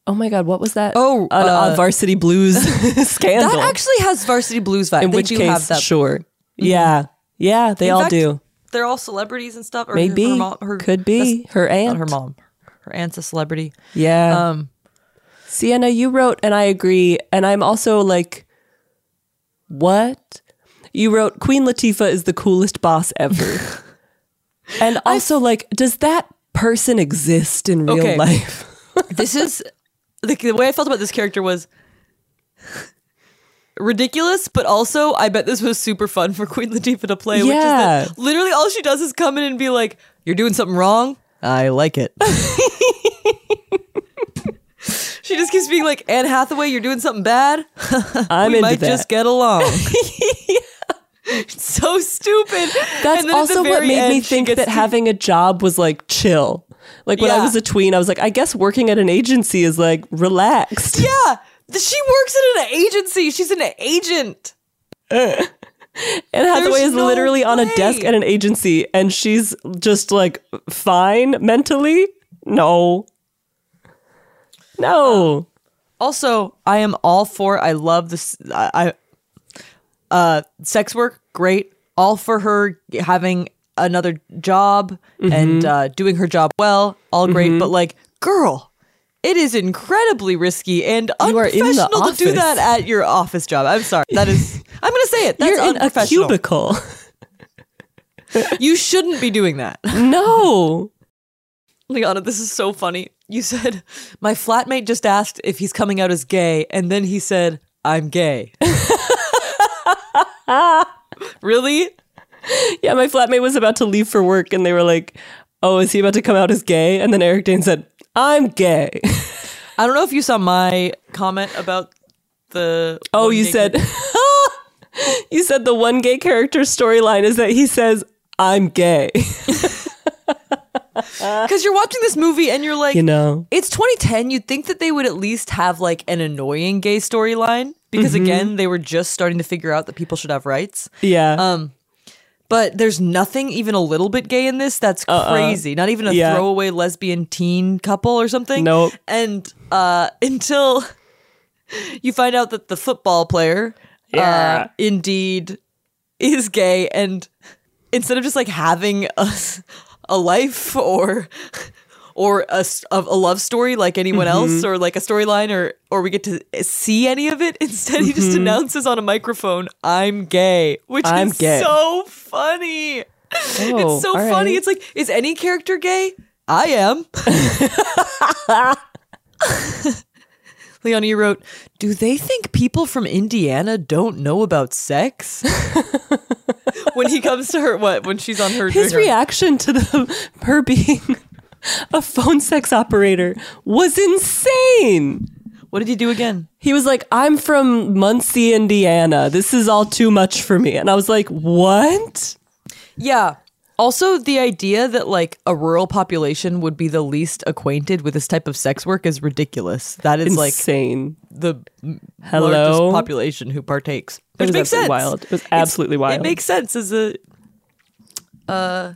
Speaker 2: oh my god what was that
Speaker 5: Oh,
Speaker 2: an, a
Speaker 5: uh,
Speaker 2: varsity blues scandal
Speaker 5: That actually has varsity blues vibe.
Speaker 2: in
Speaker 5: They
Speaker 2: which
Speaker 5: do
Speaker 2: case
Speaker 5: have that. Mm-hmm.
Speaker 2: sure yeah yeah they
Speaker 5: In
Speaker 2: all
Speaker 5: fact,
Speaker 2: do
Speaker 5: They're all celebrities and stuff. Or her-
Speaker 2: maybe
Speaker 5: her mom- her-
Speaker 2: could be
Speaker 5: that's-
Speaker 2: her aunt
Speaker 5: not her mom. Her aunt's a celebrity.
Speaker 2: yeah
Speaker 5: Um,
Speaker 2: Sienna, you wrote, and I agree. And I'm also like, what? You wrote, Queen Latifah is the coolest boss ever. and also, like, does that person exist in real
Speaker 5: Okay.
Speaker 2: life?
Speaker 5: this is the, the way I felt about this character was ridiculous, but also I bet this was super fun for Queen Latifah to play.
Speaker 2: Yeah.
Speaker 5: Which is that literally all she does is come in and be like, "You're doing something wrong. I like it." She just keeps being like, Anne Hathaway, you're doing something bad.
Speaker 2: I'm
Speaker 5: we
Speaker 2: into
Speaker 5: might
Speaker 2: that.
Speaker 5: just get along. It's so stupid.
Speaker 2: That's
Speaker 5: And then at the
Speaker 2: also what
Speaker 5: very
Speaker 2: made me
Speaker 5: end, she
Speaker 2: think
Speaker 5: gets
Speaker 2: that
Speaker 5: to-
Speaker 2: having a job was like chill. Like when I
Speaker 5: Yeah.
Speaker 2: was a tween, I was like, I guess working at an agency is like relaxed.
Speaker 5: Yeah, th- she works at an agency. She's an agent.
Speaker 2: Anne Hathaway
Speaker 5: There's
Speaker 2: is
Speaker 5: no
Speaker 2: literally on a
Speaker 5: way.
Speaker 2: desk at an agency and she's just like fine mentally. No. No.
Speaker 5: Also, I am all for. I love this. I, I- uh, sex work, great. All for her having another job and
Speaker 2: Mm-hmm.
Speaker 5: uh, doing her job well. All great, but like, girl. It is incredibly risky and
Speaker 2: You are in the
Speaker 5: unprofessional to do
Speaker 2: office.
Speaker 5: that at your office job. I'm sorry. That is, I'm going to say it. That's
Speaker 2: You're in a
Speaker 5: unprofessional.
Speaker 2: cubicle.
Speaker 5: You shouldn't be doing that.
Speaker 2: no.
Speaker 5: Liana, this is so funny. You said, My flatmate just asked if he's coming out as gay, and then he said, I'm gay. really?
Speaker 2: Yeah, my flatmate was about to leave for work and they were like, Oh, is he about to come out as gay? And then Eric Dane said, I'm gay.
Speaker 5: I don't know if you saw my comment about the.
Speaker 2: Oh,
Speaker 5: one
Speaker 2: you
Speaker 5: gay
Speaker 2: said
Speaker 5: kid.
Speaker 2: you said the one gay character storyline is that he says, I'm gay.
Speaker 5: Because you're watching this movie and you're like,
Speaker 2: You know.
Speaker 5: it's 2010. You'd think that they would at least have like an annoying gay storyline because
Speaker 2: Mhm.
Speaker 5: again, they were just starting to figure out that people should have rights.
Speaker 2: Yeah.
Speaker 5: Um, but there's nothing even a little bit gay in this. That's
Speaker 2: Uh-uh.
Speaker 5: crazy. Not even a
Speaker 2: Yeah.
Speaker 5: throwaway lesbian teen couple or something.
Speaker 2: Nope.
Speaker 5: And uh, until you find out that the football player,
Speaker 2: Yeah.
Speaker 5: uh, indeed, is gay, and instead of just like having a, a life or or a, s- of a love story like anyone else
Speaker 2: Mhm.
Speaker 5: or like a storyline or or we get to see any of it instead he just
Speaker 2: Mhm.
Speaker 5: announces on a microphone i'm gay which
Speaker 2: I'm
Speaker 5: is
Speaker 2: gay.
Speaker 5: so funny
Speaker 2: Oh,
Speaker 5: it's so
Speaker 2: all right.
Speaker 5: funny it's like is any character gay i am leonie you wrote do they think people from indiana don't know about sex when he comes to her what when she's on her
Speaker 2: His
Speaker 5: her-
Speaker 2: reaction to the her being a phone sex operator was insane.
Speaker 5: What did he do again?
Speaker 2: He was like, "I'm from Muncie, Indiana. This is all too much for me." And I was like, "What?"
Speaker 5: Yeah. Also, the idea that like a rural population would be the least acquainted with this type of sex work is ridiculous. That is like
Speaker 2: Insane.
Speaker 5: the m-
Speaker 2: Hello?
Speaker 5: largest population who partakes,
Speaker 2: It
Speaker 5: which
Speaker 2: was
Speaker 5: makes
Speaker 2: absolutely
Speaker 5: sense.
Speaker 2: wild. It was
Speaker 5: It's-
Speaker 2: absolutely wild.
Speaker 5: It makes sense as a uh,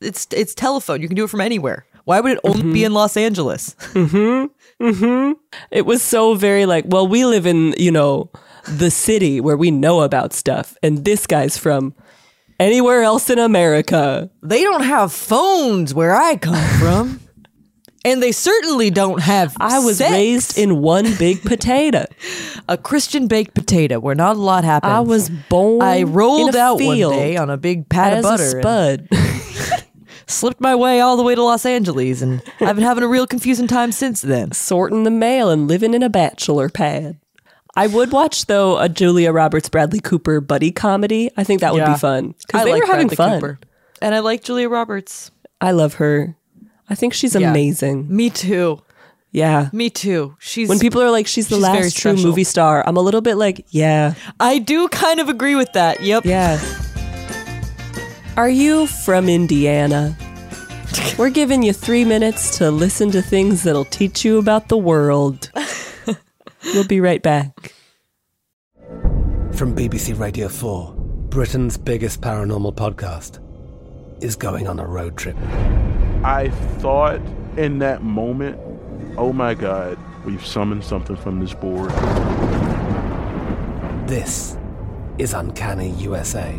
Speaker 5: it's it's telephone. You can do it from anywhere. Why would it only be in Los Angeles?
Speaker 2: Mm-hmm. Mm-hmm. It was so very like, well, we live in, you know, the city where we know about stuff, and this guy's from anywhere else in America.
Speaker 5: They don't have phones where I come from, and they certainly don't have.
Speaker 2: I was
Speaker 5: sex.
Speaker 2: raised in one big potato.
Speaker 5: a Christian baked potato where not a lot happens.
Speaker 2: I was born.
Speaker 5: I rolled
Speaker 2: in a
Speaker 5: out one
Speaker 2: field
Speaker 5: day on a big pat
Speaker 2: as
Speaker 5: of butter.
Speaker 2: A
Speaker 5: and
Speaker 2: spud.
Speaker 5: slipped my way all the way to Los Angeles, and I've been having a real confusing time since then.
Speaker 2: sorting the mail and living in a bachelor pad. I would watch though a Julia Roberts Bradley Cooper buddy comedy. I think that would
Speaker 5: Yeah.
Speaker 2: be fun
Speaker 5: I
Speaker 2: because they
Speaker 5: like
Speaker 2: were having
Speaker 5: Bradley
Speaker 2: fun.
Speaker 5: Cooper. And I like Julia Roberts.
Speaker 2: I love her. I think she's
Speaker 5: Yeah.
Speaker 2: amazing.
Speaker 5: Me too.
Speaker 2: Yeah.
Speaker 5: Me too. She's
Speaker 2: When people are like, she's the
Speaker 5: she's very
Speaker 2: last true
Speaker 5: special.
Speaker 2: movie star, I'm a little bit like, yeah,
Speaker 5: I do kind of agree with that. Yep.
Speaker 2: yeah. Are you from Indiana? We're giving you three minutes to listen to things that'll teach you about the world. we'll be right back.
Speaker 9: From BBC Radio 4, Britain's biggest paranormal podcast is going on a road trip.
Speaker 10: I thought in that moment, oh my God, we've summoned something from this board.
Speaker 9: This is Uncanny USA.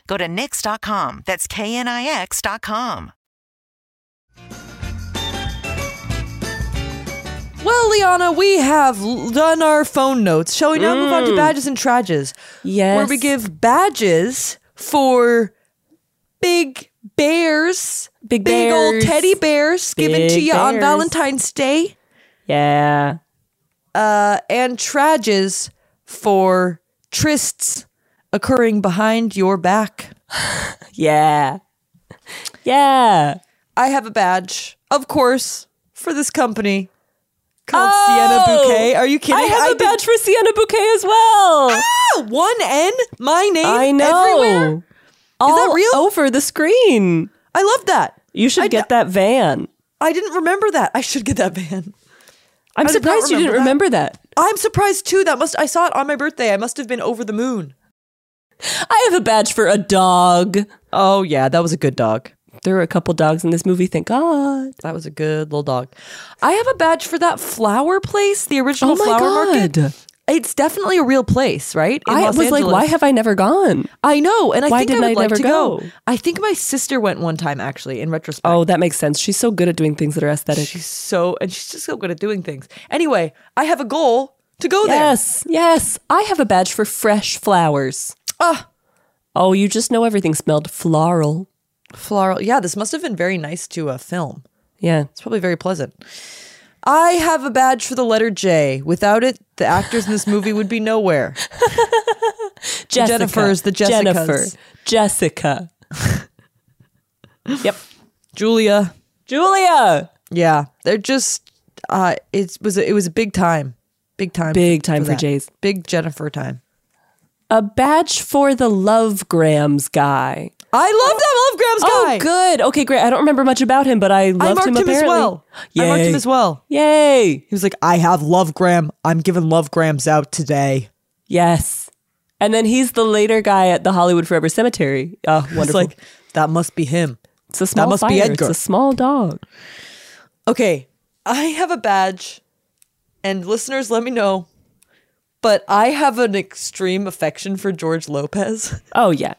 Speaker 3: Go to NYX.com. That's KNIX.com.
Speaker 5: Well, Liana, we have l- done our phone notes. Shall we now move on to
Speaker 2: Mm.
Speaker 5: badges and trages?
Speaker 2: Yes.
Speaker 5: Where we give badges for big, bears,
Speaker 2: Big
Speaker 5: big old
Speaker 2: bears.
Speaker 5: teddy bears given to
Speaker 2: Big
Speaker 5: you on
Speaker 2: bears.
Speaker 5: Valentine's Day.
Speaker 2: Yeah.
Speaker 5: uh, and trages for trysts occurring behind your back.
Speaker 2: yeah. Yeah.
Speaker 5: I have a badge, of course, for this company called
Speaker 2: Oh!
Speaker 5: Sienna Bouquet. Are you kidding?
Speaker 2: I have a
Speaker 5: a
Speaker 2: badge for Sienna Bouquet as well.
Speaker 5: Ah, one N, my name
Speaker 2: I know.
Speaker 5: everywhere. Is
Speaker 2: All
Speaker 5: that real?
Speaker 2: over the screen.
Speaker 5: I love that.
Speaker 2: You should get that van.
Speaker 5: I didn't remember that. I should get that van.
Speaker 2: I'm
Speaker 5: I did not
Speaker 2: surprised you didn't remember that.
Speaker 5: I'm surprised too. That must I saw it on my birthday. I must have been over the moon.
Speaker 2: I have a badge for a dog.
Speaker 5: Oh yeah, that was a good dog.
Speaker 2: There were a couple dogs in this movie, thank God.
Speaker 5: That was a good little dog. I have a badge for that flower place, the original
Speaker 2: Oh my
Speaker 5: flower
Speaker 2: God.
Speaker 5: market. It's definitely a real place, right? In
Speaker 2: I
Speaker 5: Los
Speaker 2: was like,
Speaker 5: Angeles.
Speaker 2: why have I never gone?
Speaker 5: I know, and I
Speaker 2: Why
Speaker 5: think
Speaker 2: didn't
Speaker 5: I
Speaker 2: I
Speaker 5: would like
Speaker 2: never
Speaker 5: to go?
Speaker 2: go?
Speaker 5: I think my sister went one time actually. In retrospect,
Speaker 2: Oh, that makes sense. She's so good at doing things that are aesthetic.
Speaker 5: she's so and she's just so good at doing things. Anyway, I have a goal to go
Speaker 2: yes, yes. I have a badge for fresh flowers.
Speaker 5: Ah.
Speaker 2: Oh, you just know everything smelled floral.
Speaker 5: there. Floral. Yeah, this must have been very nice to a film.
Speaker 2: Yeah.
Speaker 5: It's probably very pleasant. I have a badge for the letter J. Without it, the actors in this movie would be nowhere.
Speaker 2: Jessica.
Speaker 5: Jennifer's the Jessicas.
Speaker 2: Jennifer. Jessica. yep.
Speaker 5: Julia.
Speaker 2: Julia.
Speaker 5: Yeah, they're just uh it was a, it was a big time. Big time.
Speaker 2: Big time for
Speaker 5: that.
Speaker 2: Jays.
Speaker 5: Big Jennifer time.
Speaker 2: A badge for the Love Grams guy.
Speaker 5: I love that Love
Speaker 2: Oh,
Speaker 5: Grams guy.
Speaker 2: good. Okay, great. I don't remember much about him, but I
Speaker 5: I
Speaker 2: loved
Speaker 5: marked him,
Speaker 2: him apparently.
Speaker 5: as well. I marked him
Speaker 2: Yay.
Speaker 5: as well.
Speaker 2: Yay.
Speaker 5: He was like, "I have Love Gram. I'm giving Love Grams out today."
Speaker 2: Yes. And then he's the later guy at the Hollywood Forever Cemetery. Oh,
Speaker 5: It's
Speaker 2: wonderful.
Speaker 5: like that must be him.
Speaker 2: it's a small
Speaker 5: must be
Speaker 2: fire.
Speaker 5: Edgar.
Speaker 2: It's a small dog.
Speaker 5: Okay, I have a badge, and listeners, let me know. But I have an extreme affection for George Lopez.
Speaker 2: Oh, yeah.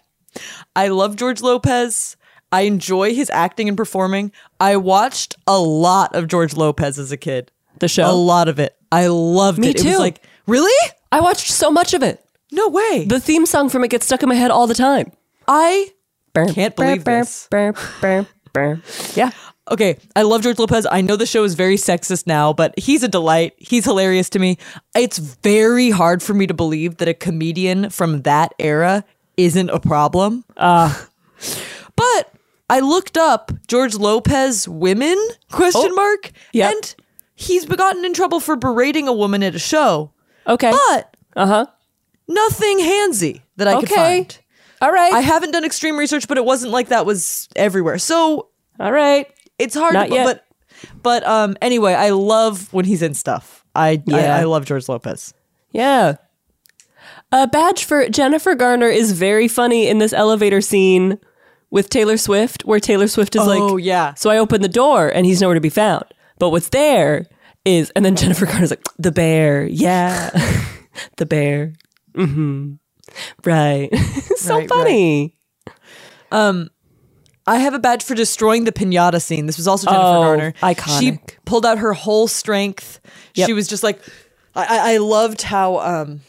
Speaker 5: I love George Lopez. I enjoy his acting and performing. I watched a lot of George Lopez as a kid.
Speaker 2: The show?
Speaker 5: A lot of it. I loved
Speaker 2: Me
Speaker 5: it. It
Speaker 2: too.
Speaker 5: was like, really?
Speaker 2: I watched so much of it.
Speaker 5: No way.
Speaker 2: The theme song from it gets stuck in my head all the time.
Speaker 5: I
Speaker 2: Burr,
Speaker 5: Can't
Speaker 2: burr,
Speaker 5: believe
Speaker 2: burr,
Speaker 5: this.
Speaker 2: burr, burr, burr. Yeah.
Speaker 5: Okay, I love George Lopez. I know the show is very sexist now, but he's a delight. He's hilarious to me. It's very hard for me to believe that a comedian from that era isn't a problem.
Speaker 2: Uh.
Speaker 5: But I looked up George Lopez women question mark
Speaker 2: Oh. Yep.
Speaker 5: and he's been gotten in trouble for berating a woman at a show.
Speaker 2: Okay.
Speaker 5: But
Speaker 2: Uh huh.
Speaker 5: nothing handsy that I could
Speaker 2: Okay.
Speaker 5: find.
Speaker 2: All right.
Speaker 5: I haven't done extreme research, but it wasn't like that was everywhere. So
Speaker 2: all right.
Speaker 5: it's hard
Speaker 2: Not
Speaker 5: to,
Speaker 2: yet.
Speaker 5: but but um anyway, I love when he's in stuff. I
Speaker 2: Yeah.
Speaker 5: I, I love George Lopez.
Speaker 2: Yeah. A badge for Jennifer Garner is very funny in this elevator scene with Taylor Swift, where Taylor Swift is like,
Speaker 5: Oh, yeah.
Speaker 2: So I open the door and he's nowhere to be found. But what's there is, and then Jennifer Garner's like, the bear. Yeah. the bear. Mm hmm. Right. so
Speaker 5: Right, right.
Speaker 2: funny.
Speaker 5: I have a badge for destroying the pinata scene. This was also Jennifer
Speaker 2: Oh,
Speaker 5: Garner. She
Speaker 2: iconic.
Speaker 5: pulled out her whole strength.
Speaker 2: Yep.
Speaker 5: She was just like, I, I- I loved how um,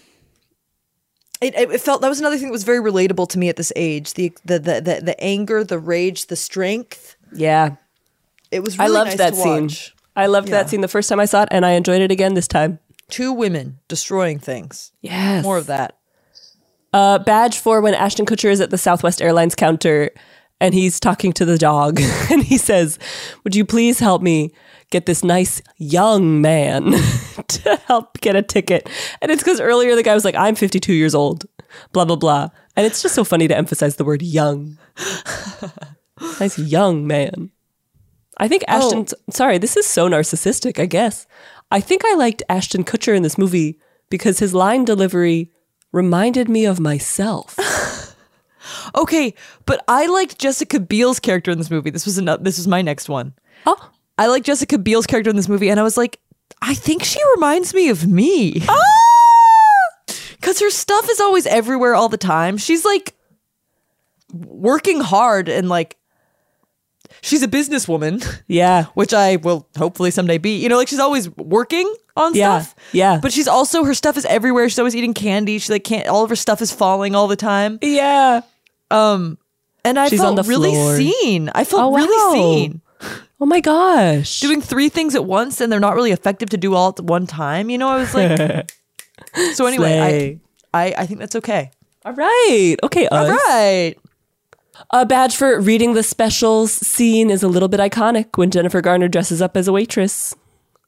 Speaker 5: it, it it felt. That was another thing that was very relatable to me at this age. The the the the, the anger, the rage, the strength.
Speaker 2: Yeah.
Speaker 5: It was. Really
Speaker 2: I loved
Speaker 5: nice
Speaker 2: that
Speaker 5: to
Speaker 2: scene.
Speaker 5: watch.
Speaker 2: I loved
Speaker 5: Yeah.
Speaker 2: that scene the first time I saw it, and I enjoyed it again this time.
Speaker 5: Two women destroying things.
Speaker 2: Yes.
Speaker 5: More of that.
Speaker 2: Uh, badge for when Ashton Kutcher is at the Southwest Airlines counter and he's talking to the dog and he says, Would you please help me get this nice young man to help get a ticket? And it's because earlier the guy was like, I'm 52 years old, blah, blah, blah. And it's just so funny to emphasize the word young. nice young man. I think
Speaker 5: Oh.
Speaker 2: Ashton, sorry, this is so narcissistic, I guess. I think I liked Ashton Kutcher in this movie because his line delivery reminded me of myself.
Speaker 5: Okay, but I liked Jessica Biel's character in this movie. This was another. This was my next one.
Speaker 2: oh,
Speaker 5: I like Jessica Biel's character in this movie, and I was like, I think she reminds me of me.
Speaker 2: Ah!
Speaker 5: Because her stuff is always everywhere all the time. She's like working hard and like, she's a businesswoman,
Speaker 2: yeah.
Speaker 5: which I will hopefully someday be. You know, like she's always working on
Speaker 2: Yeah,
Speaker 5: stuff.
Speaker 2: yeah.
Speaker 5: But she's also, her stuff is everywhere. She's always eating candy. She like can't, all of her stuff is falling all the time.
Speaker 2: Yeah.
Speaker 5: Um, And I
Speaker 2: She's
Speaker 5: felt
Speaker 2: on the
Speaker 5: really
Speaker 2: floor.
Speaker 5: seen. I felt
Speaker 2: Oh, wow.
Speaker 5: really seen.
Speaker 2: Oh my gosh.
Speaker 5: Doing three things at once and they're not really effective to do all at one time. You know, I was like, so anyway,
Speaker 2: Slay.
Speaker 5: I, I, I think that's okay.
Speaker 2: All right. Okay.
Speaker 5: All
Speaker 2: us.
Speaker 5: right.
Speaker 2: A badge for reading the specials scene is a little bit iconic when Jennifer Garner dresses up as a waitress,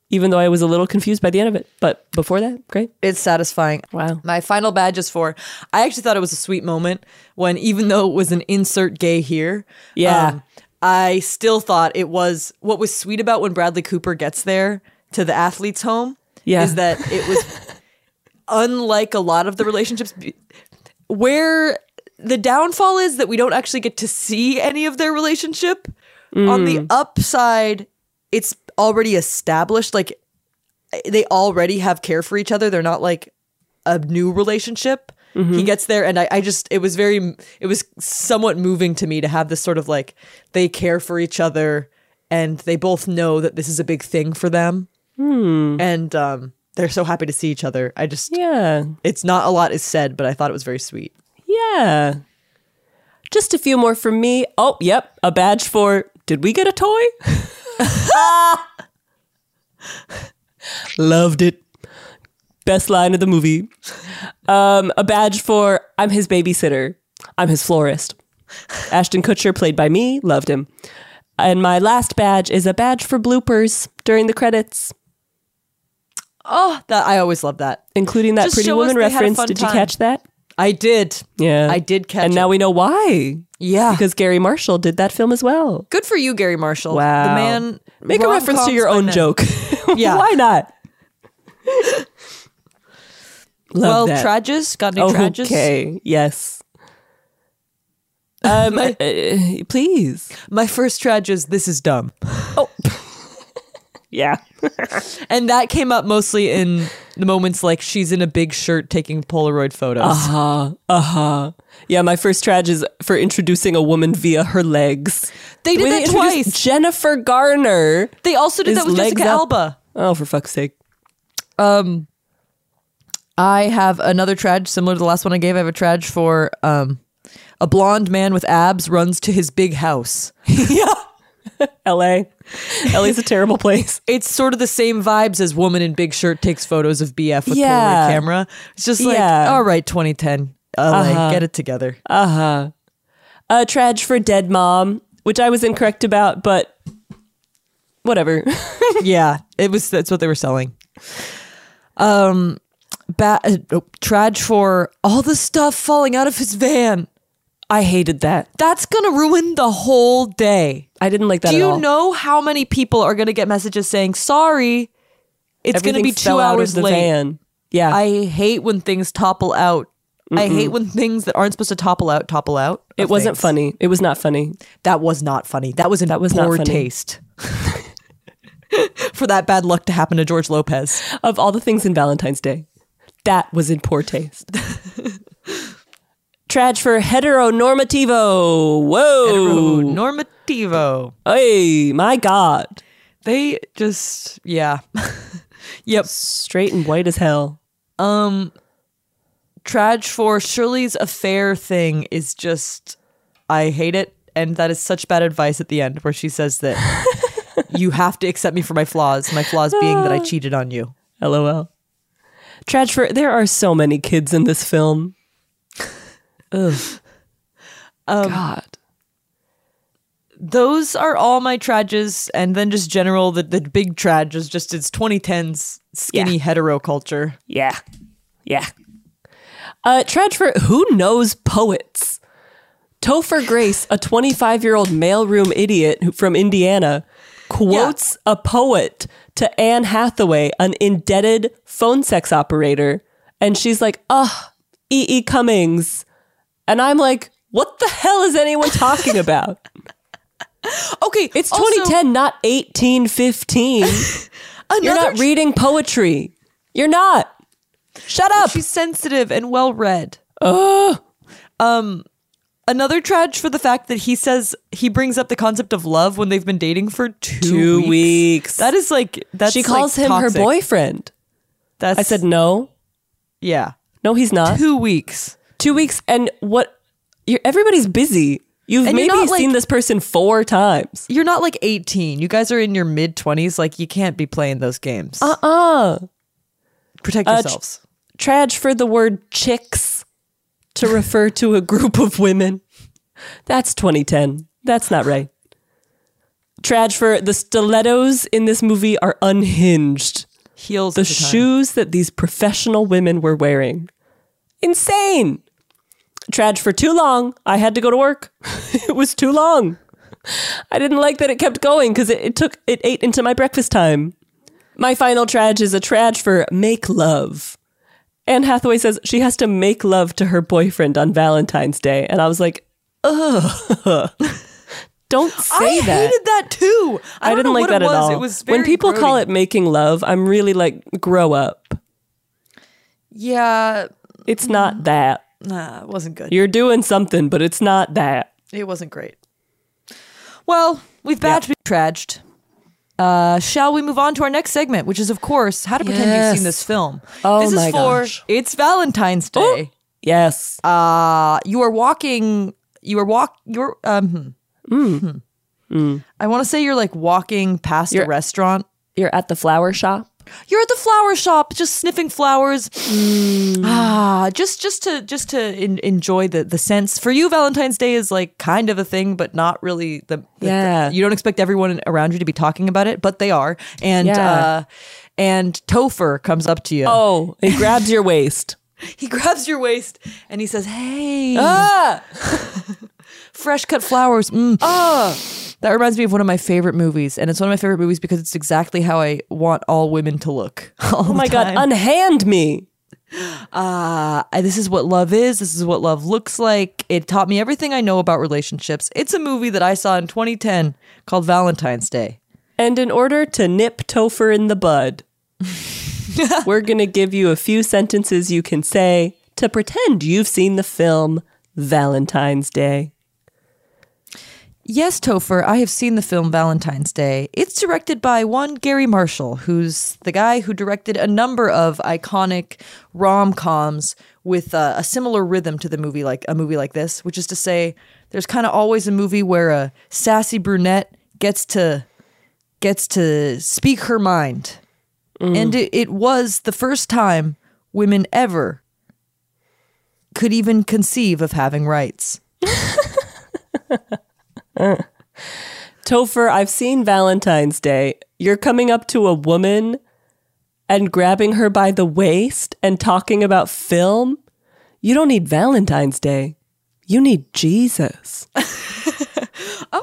Speaker 2: even though I was a little confused by the end of it. But before that, great.
Speaker 5: It's satisfying.
Speaker 2: Wow.
Speaker 5: My final badge is for. I actually thought it was a sweet moment when, even though it was an insert gay here, um,
Speaker 2: Yeah.
Speaker 5: I still thought it was what was sweet about when Bradley Cooper gets there to the athlete's home.
Speaker 2: Yeah.
Speaker 5: is that it was unlike a lot of the relationships be- where the downfall is that we don't actually get to see any of their relationship. On the
Speaker 2: Mm.
Speaker 5: upside, it's already established. Like they already have care for each other. They're not like a new relationship.
Speaker 2: Mm-hmm.
Speaker 5: He gets there, and I, I just it was very it was somewhat moving to me to have this sort of like they care for each other, and they both know that this is a big thing for them,
Speaker 2: Hmm.
Speaker 5: and um, they're so happy to see each other. I just
Speaker 2: Yeah.
Speaker 5: it's not a lot is said, but I thought it was very sweet.
Speaker 2: Yeah. Just a few more from me. Oh, yep. A badge for did we get a toy? Loved it. Best line of the movie. Um, a badge for I'm his babysitter. I'm his florist. Ashton Kutcher, played by me, loved him. And my last badge is a badge for bloopers during the credits,
Speaker 5: Oh, that I always love that,
Speaker 2: including that
Speaker 5: Just
Speaker 2: Pretty
Speaker 5: show us
Speaker 2: Woman
Speaker 5: they had a
Speaker 2: reference.
Speaker 5: fun
Speaker 2: Did you
Speaker 5: time.
Speaker 2: catch that?
Speaker 5: I did.
Speaker 2: Yeah.
Speaker 5: I did catch
Speaker 2: And now we know why.
Speaker 5: Yeah.
Speaker 2: Because Gary Marshall did that film as well.
Speaker 5: Good for you, Gary Marshall.
Speaker 2: Wow.
Speaker 5: the man.
Speaker 2: Make a reference to your
Speaker 5: rom-coms by
Speaker 2: own
Speaker 5: men.
Speaker 2: joke.
Speaker 5: Yeah.
Speaker 2: Why not? Love
Speaker 5: well,
Speaker 2: that.
Speaker 5: Trages got any Trages?
Speaker 2: Okay. Yes. Um, uh, uh, please.
Speaker 5: My first Trages. This is dumb.
Speaker 2: Yeah.
Speaker 5: and that came up mostly in the moments like she's in a big shirt taking Polaroid photos.
Speaker 2: Uh huh. Uh huh. Yeah, my first tragedy is for introducing a woman via her legs.
Speaker 5: They
Speaker 2: The
Speaker 5: did
Speaker 2: way
Speaker 5: that
Speaker 2: introduced
Speaker 5: twice.
Speaker 2: Jennifer Garner.
Speaker 5: They also did
Speaker 2: is
Speaker 5: that with Jessica
Speaker 2: legs up.
Speaker 5: Alba.
Speaker 2: Oh, for fuck's sake.
Speaker 5: Um, I have another trage similar to the last one I gave. I have a trage for um, a blonde man with abs runs to his big house.
Speaker 2: yeah. LA. LA's a terrible place.
Speaker 5: It's sort of the same vibes as woman in big shirt takes photos of BF with
Speaker 2: Yeah.
Speaker 5: Polaroid camera. It's just like,
Speaker 2: Yeah.
Speaker 5: all right, 2010, LA,
Speaker 2: Uh-huh.
Speaker 5: get it together.
Speaker 2: Uh huh. A trage for dead mom, which I was incorrect about, but whatever.
Speaker 5: yeah, it was. That's what they were selling. Um, ba- uh, oh, trage for all the stuff falling out of his van.
Speaker 2: I hated that.
Speaker 5: That's gonna ruin the whole day.
Speaker 2: I didn't like that.
Speaker 5: Do
Speaker 2: at
Speaker 5: you
Speaker 2: all.
Speaker 5: know how many people are gonna get messages saying sorry? It's
Speaker 2: Everything
Speaker 5: gonna be
Speaker 2: fell
Speaker 5: two
Speaker 2: out of
Speaker 5: hours
Speaker 2: the
Speaker 5: late.
Speaker 2: van. Yeah.
Speaker 5: I hate when things topple out. I
Speaker 2: Mm-mm.
Speaker 5: hate when things that aren't supposed to topple out topple out. of
Speaker 2: it wasn't
Speaker 5: things.
Speaker 2: funny. It was not funny.
Speaker 5: That was not funny. That was in
Speaker 2: That was not
Speaker 5: poor
Speaker 2: funny.
Speaker 5: taste. For that bad luck to happen to George Lopez.
Speaker 2: Of all the things in Valentine's Day, that was in poor taste. Trage for heteronormativo. Whoa.
Speaker 5: Normativo.
Speaker 2: hey, my God.
Speaker 5: They just yeah. yep.
Speaker 2: Straight and white as hell.
Speaker 5: Um Trage for Shirley's affair thing is just I hate it. And that is such bad advice at the end where she says that you have to accept me for my flaws, my flaws being
Speaker 2: Ah.
Speaker 5: that I cheated on you.
Speaker 2: LOL. Trage for there are so many kids in this film. Ugh. God.
Speaker 5: Those are all my trages, and then just general the, the big trage is just it's 2010s skinny hetero culture.
Speaker 2: Yeah. Yeah. Uh, trage for who knows poets? Topher Grace, a 25 year old mailroom idiot who- from Indiana, quotes a poet to Anne Hathaway, an indebted phone sex operator. And she's like, ugh, E.E. E. Cummings. And I'm like, what the hell is anyone talking about?
Speaker 5: Okay,
Speaker 2: It's 2010, not 1815. You're not reading poetry. You're not. Shut up.
Speaker 5: She's sensitive and well read.
Speaker 2: Ugh.
Speaker 5: Um, another trage for the fact that he says he brings up the concept of love when they've been dating for two,
Speaker 2: Two
Speaker 5: weeks.
Speaker 2: weeks.
Speaker 5: That is like that's
Speaker 2: she calls
Speaker 5: like
Speaker 2: him
Speaker 5: toxic.
Speaker 2: her boyfriend.
Speaker 5: That's
Speaker 2: I said no.
Speaker 5: yeah,
Speaker 2: No, he's not.
Speaker 5: two weeks.
Speaker 2: Two weeks and what? You're, everybody's busy. You've
Speaker 5: And you're
Speaker 2: maybe
Speaker 5: not, like-
Speaker 2: seen this person four times.
Speaker 5: You're not like 18. You guys are in your mid 20s. Like, you can't be playing those games.
Speaker 2: Uh uh
Speaker 5: Protect
Speaker 2: Uh,
Speaker 5: yourselves.
Speaker 2: tr- traj for the word chicks to refer to a group of women. That's 2010. That's not right. Traj for the stilettos in this movie are unhinged.
Speaker 5: Heels.
Speaker 2: The,
Speaker 5: at the time.
Speaker 2: shoes that these professional women were wearing. Insane. Traj for too long. I had to go to work. it was too long. I didn't like that it kept going because it, it took it ate into my breakfast time. My final traj is a traj for make love. Anne Hathaway says she has to make love to her boyfriend on Valentine's Day, and I was like, ugh. Don't say
Speaker 5: I
Speaker 2: that.
Speaker 5: hated that too. I,
Speaker 2: I,
Speaker 5: don't
Speaker 2: didn't
Speaker 5: know
Speaker 2: like
Speaker 5: what
Speaker 2: that
Speaker 5: it was.
Speaker 2: at all.
Speaker 5: It was
Speaker 2: when
Speaker 5: very
Speaker 2: people call
Speaker 5: grody.
Speaker 2: it making love, I'm really like, grow up.
Speaker 5: Yeah.
Speaker 2: It's
Speaker 5: Mm-hmm.
Speaker 2: not that.
Speaker 5: Nah, it wasn't good.
Speaker 2: You're doing something, but it's not that.
Speaker 5: It wasn't great. Well, we've badged, we've traged. Uh, shall we move on to our next segment, which is, of course, how to pretend you've
Speaker 2: Yes.
Speaker 5: seen this film?
Speaker 2: Oh
Speaker 5: this
Speaker 2: my
Speaker 5: is for
Speaker 2: gosh. Oh.
Speaker 5: it's Valentine's Day.
Speaker 2: yes.
Speaker 5: Uh, you are walking. You are walk. You're. Um, hmm.
Speaker 2: Mm.
Speaker 5: Hmm. I want to say you're like walking past a restaurant.
Speaker 2: You're at the flower shop.
Speaker 5: You're at the flower shop, just sniffing flowers.
Speaker 2: Mm.
Speaker 5: Ah, just just to just to en- enjoy the the sense. For you, Valentine's Day is like kind of a thing, but not really. The, the-
Speaker 2: Yeah.
Speaker 5: you don't expect everyone around you to be talking about it, but they are. And
Speaker 2: Yeah.
Speaker 5: uh, and Topher comes up to you.
Speaker 2: Oh, it grabs your waist.
Speaker 5: He grabs your waist and he says, "Hey,
Speaker 2: Ah!
Speaker 5: fresh cut flowers." Mm.
Speaker 2: Uh.
Speaker 5: that reminds me of one of my favorite movies, and it's one of my favorite movies because it's exactly how I want all women to look.
Speaker 2: Oh my God, unhand me.
Speaker 5: Uh, I- this is what love is. This is what love looks like. It taught me everything I know about relationships. It's a movie that I saw in 2010 called Valentine's Day.
Speaker 2: And in order to nip Topher in the bud, we're going to give you a few sentences you can say to pretend you've seen the film Valentine's Day.
Speaker 5: Yes, Topher, I have seen the film Valentine's Day. It's directed by one Gary Marshall, who's the guy who directed a number of iconic rom coms with uh, a similar rhythm to the movie, like a movie like this, which is to say, there's kind of always a movie where a sassy brunette gets to gets to speak her mind, and it, it was the first time women ever could even conceive of having rights.
Speaker 2: Topher, I've seen Valentine's Day. You're coming up to a woman and grabbing her by the waist and talking about film. You don't need Valentine's Day. You need Jesus.
Speaker 5: Oh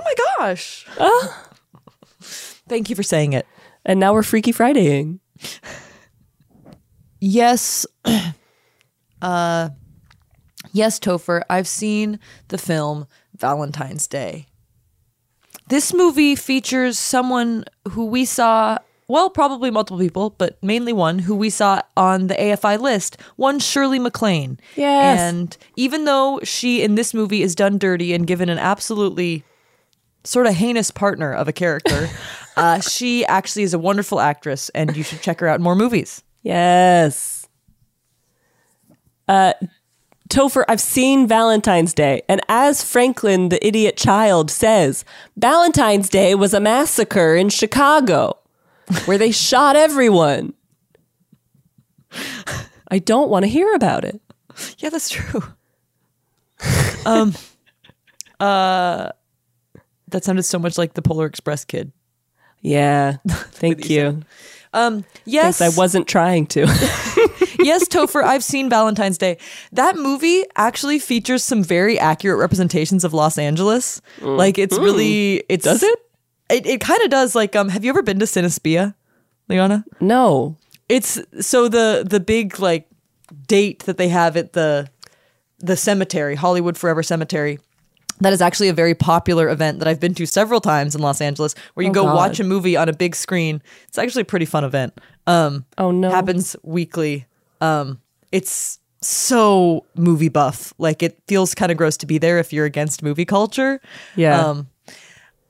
Speaker 5: my gosh. Thank you for saying it.
Speaker 2: And now we're Freaky Fridaying.
Speaker 5: Yes. uh yes, Topher, I've seen the film Valentine's Day. This movie features someone who we saw, well, probably multiple people, but mainly one who we saw on the AFI list, one Shirley MacLaine.
Speaker 2: Yes.
Speaker 5: And even though she in this movie is done dirty and given an absolutely sort of heinous partner of a character, uh, she actually is a wonderful actress, and you should check her out in more movies.
Speaker 2: Yes. Uh, Topher, I've seen Valentine's Day. And as Franklin, the idiot child, says, Valentine's Day was a massacre in Chicago where they shot everyone. I don't want to hear about it.
Speaker 5: Yeah, that's true. um, uh, that sounded so much like the Polar Express kid.
Speaker 2: Yeah. Thank you.
Speaker 5: Um, yes,
Speaker 2: Thanks, I wasn't trying to.
Speaker 5: yes, Topher, I've seen Valentine's Day. That movie actually features some very accurate representations of Los Angeles. Like it's
Speaker 2: Mm.
Speaker 5: really it's
Speaker 2: Does it?
Speaker 5: It it kind of does. Like, um, have you ever been to Cinespia, Leona?
Speaker 2: No.
Speaker 5: It's so the the big like date that they have at the the cemetery, Hollywood Forever Cemetery. That is actually a very popular event that I've been to several times in Los Angeles, where you
Speaker 2: Oh,
Speaker 5: go
Speaker 2: God.
Speaker 5: watch a movie on a big screen. It's actually a pretty fun event. Um,
Speaker 2: oh no,
Speaker 5: happens weekly. Um, it's so movie buff. Like it feels kind of gross to be there if you're against movie culture.
Speaker 2: Yeah.
Speaker 5: Um,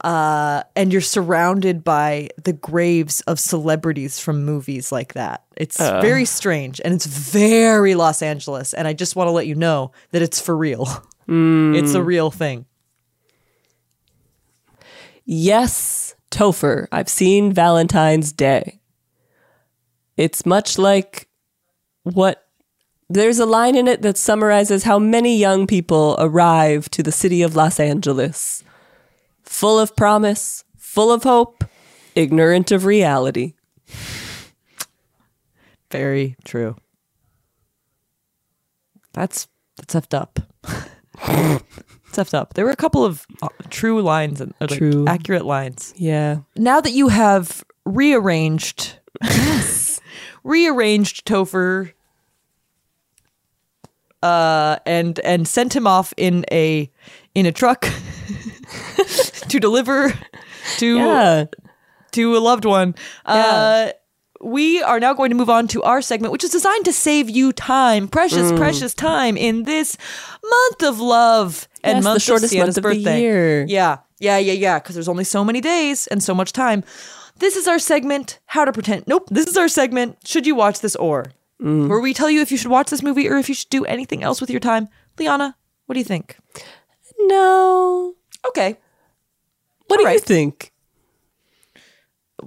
Speaker 5: uh, and you're surrounded by the graves of celebrities from movies like that. It's
Speaker 2: Uh.
Speaker 5: very strange and it's very
Speaker 2: Hmm.
Speaker 5: Los Angeles. And I just want to let you know that it's for real. It's a real thing.
Speaker 2: Yes, Topher, I've seen Valentine's Day. It's much like what there's a line in it that summarizes how many young people arrive to the city of Los Angeles full of promise, full of hope, ignorant of reality.
Speaker 5: Very true. That's that's effed up. it's effed up. There were a couple of uh, true lines and uh, like,
Speaker 2: True.
Speaker 5: accurate lines.
Speaker 2: Yeah.
Speaker 5: Now that you have rearranged, rearranged Topher, uh, and and sent him off in a in a truck to deliver to
Speaker 2: Yeah.
Speaker 5: to a loved one. Uh, we are now going to move on to our segment, which is designed to save you time, precious,
Speaker 2: Mm.
Speaker 5: precious time in this month of love and
Speaker 2: Yes, the
Speaker 5: month of
Speaker 2: shortest
Speaker 5: Sienna's
Speaker 2: month of the
Speaker 5: birthday.
Speaker 2: year.
Speaker 5: Yeah, yeah, yeah, yeah. Because there's only so many days and so much time. This is our segment, How to Pretend. Nope, this is our segment, Should You Watch This Or?
Speaker 2: Mm.
Speaker 5: Where we tell you if you should watch this movie or if you should do anything else with your time. Liana, what do you think?
Speaker 2: No.
Speaker 5: Okay.
Speaker 2: What do you think?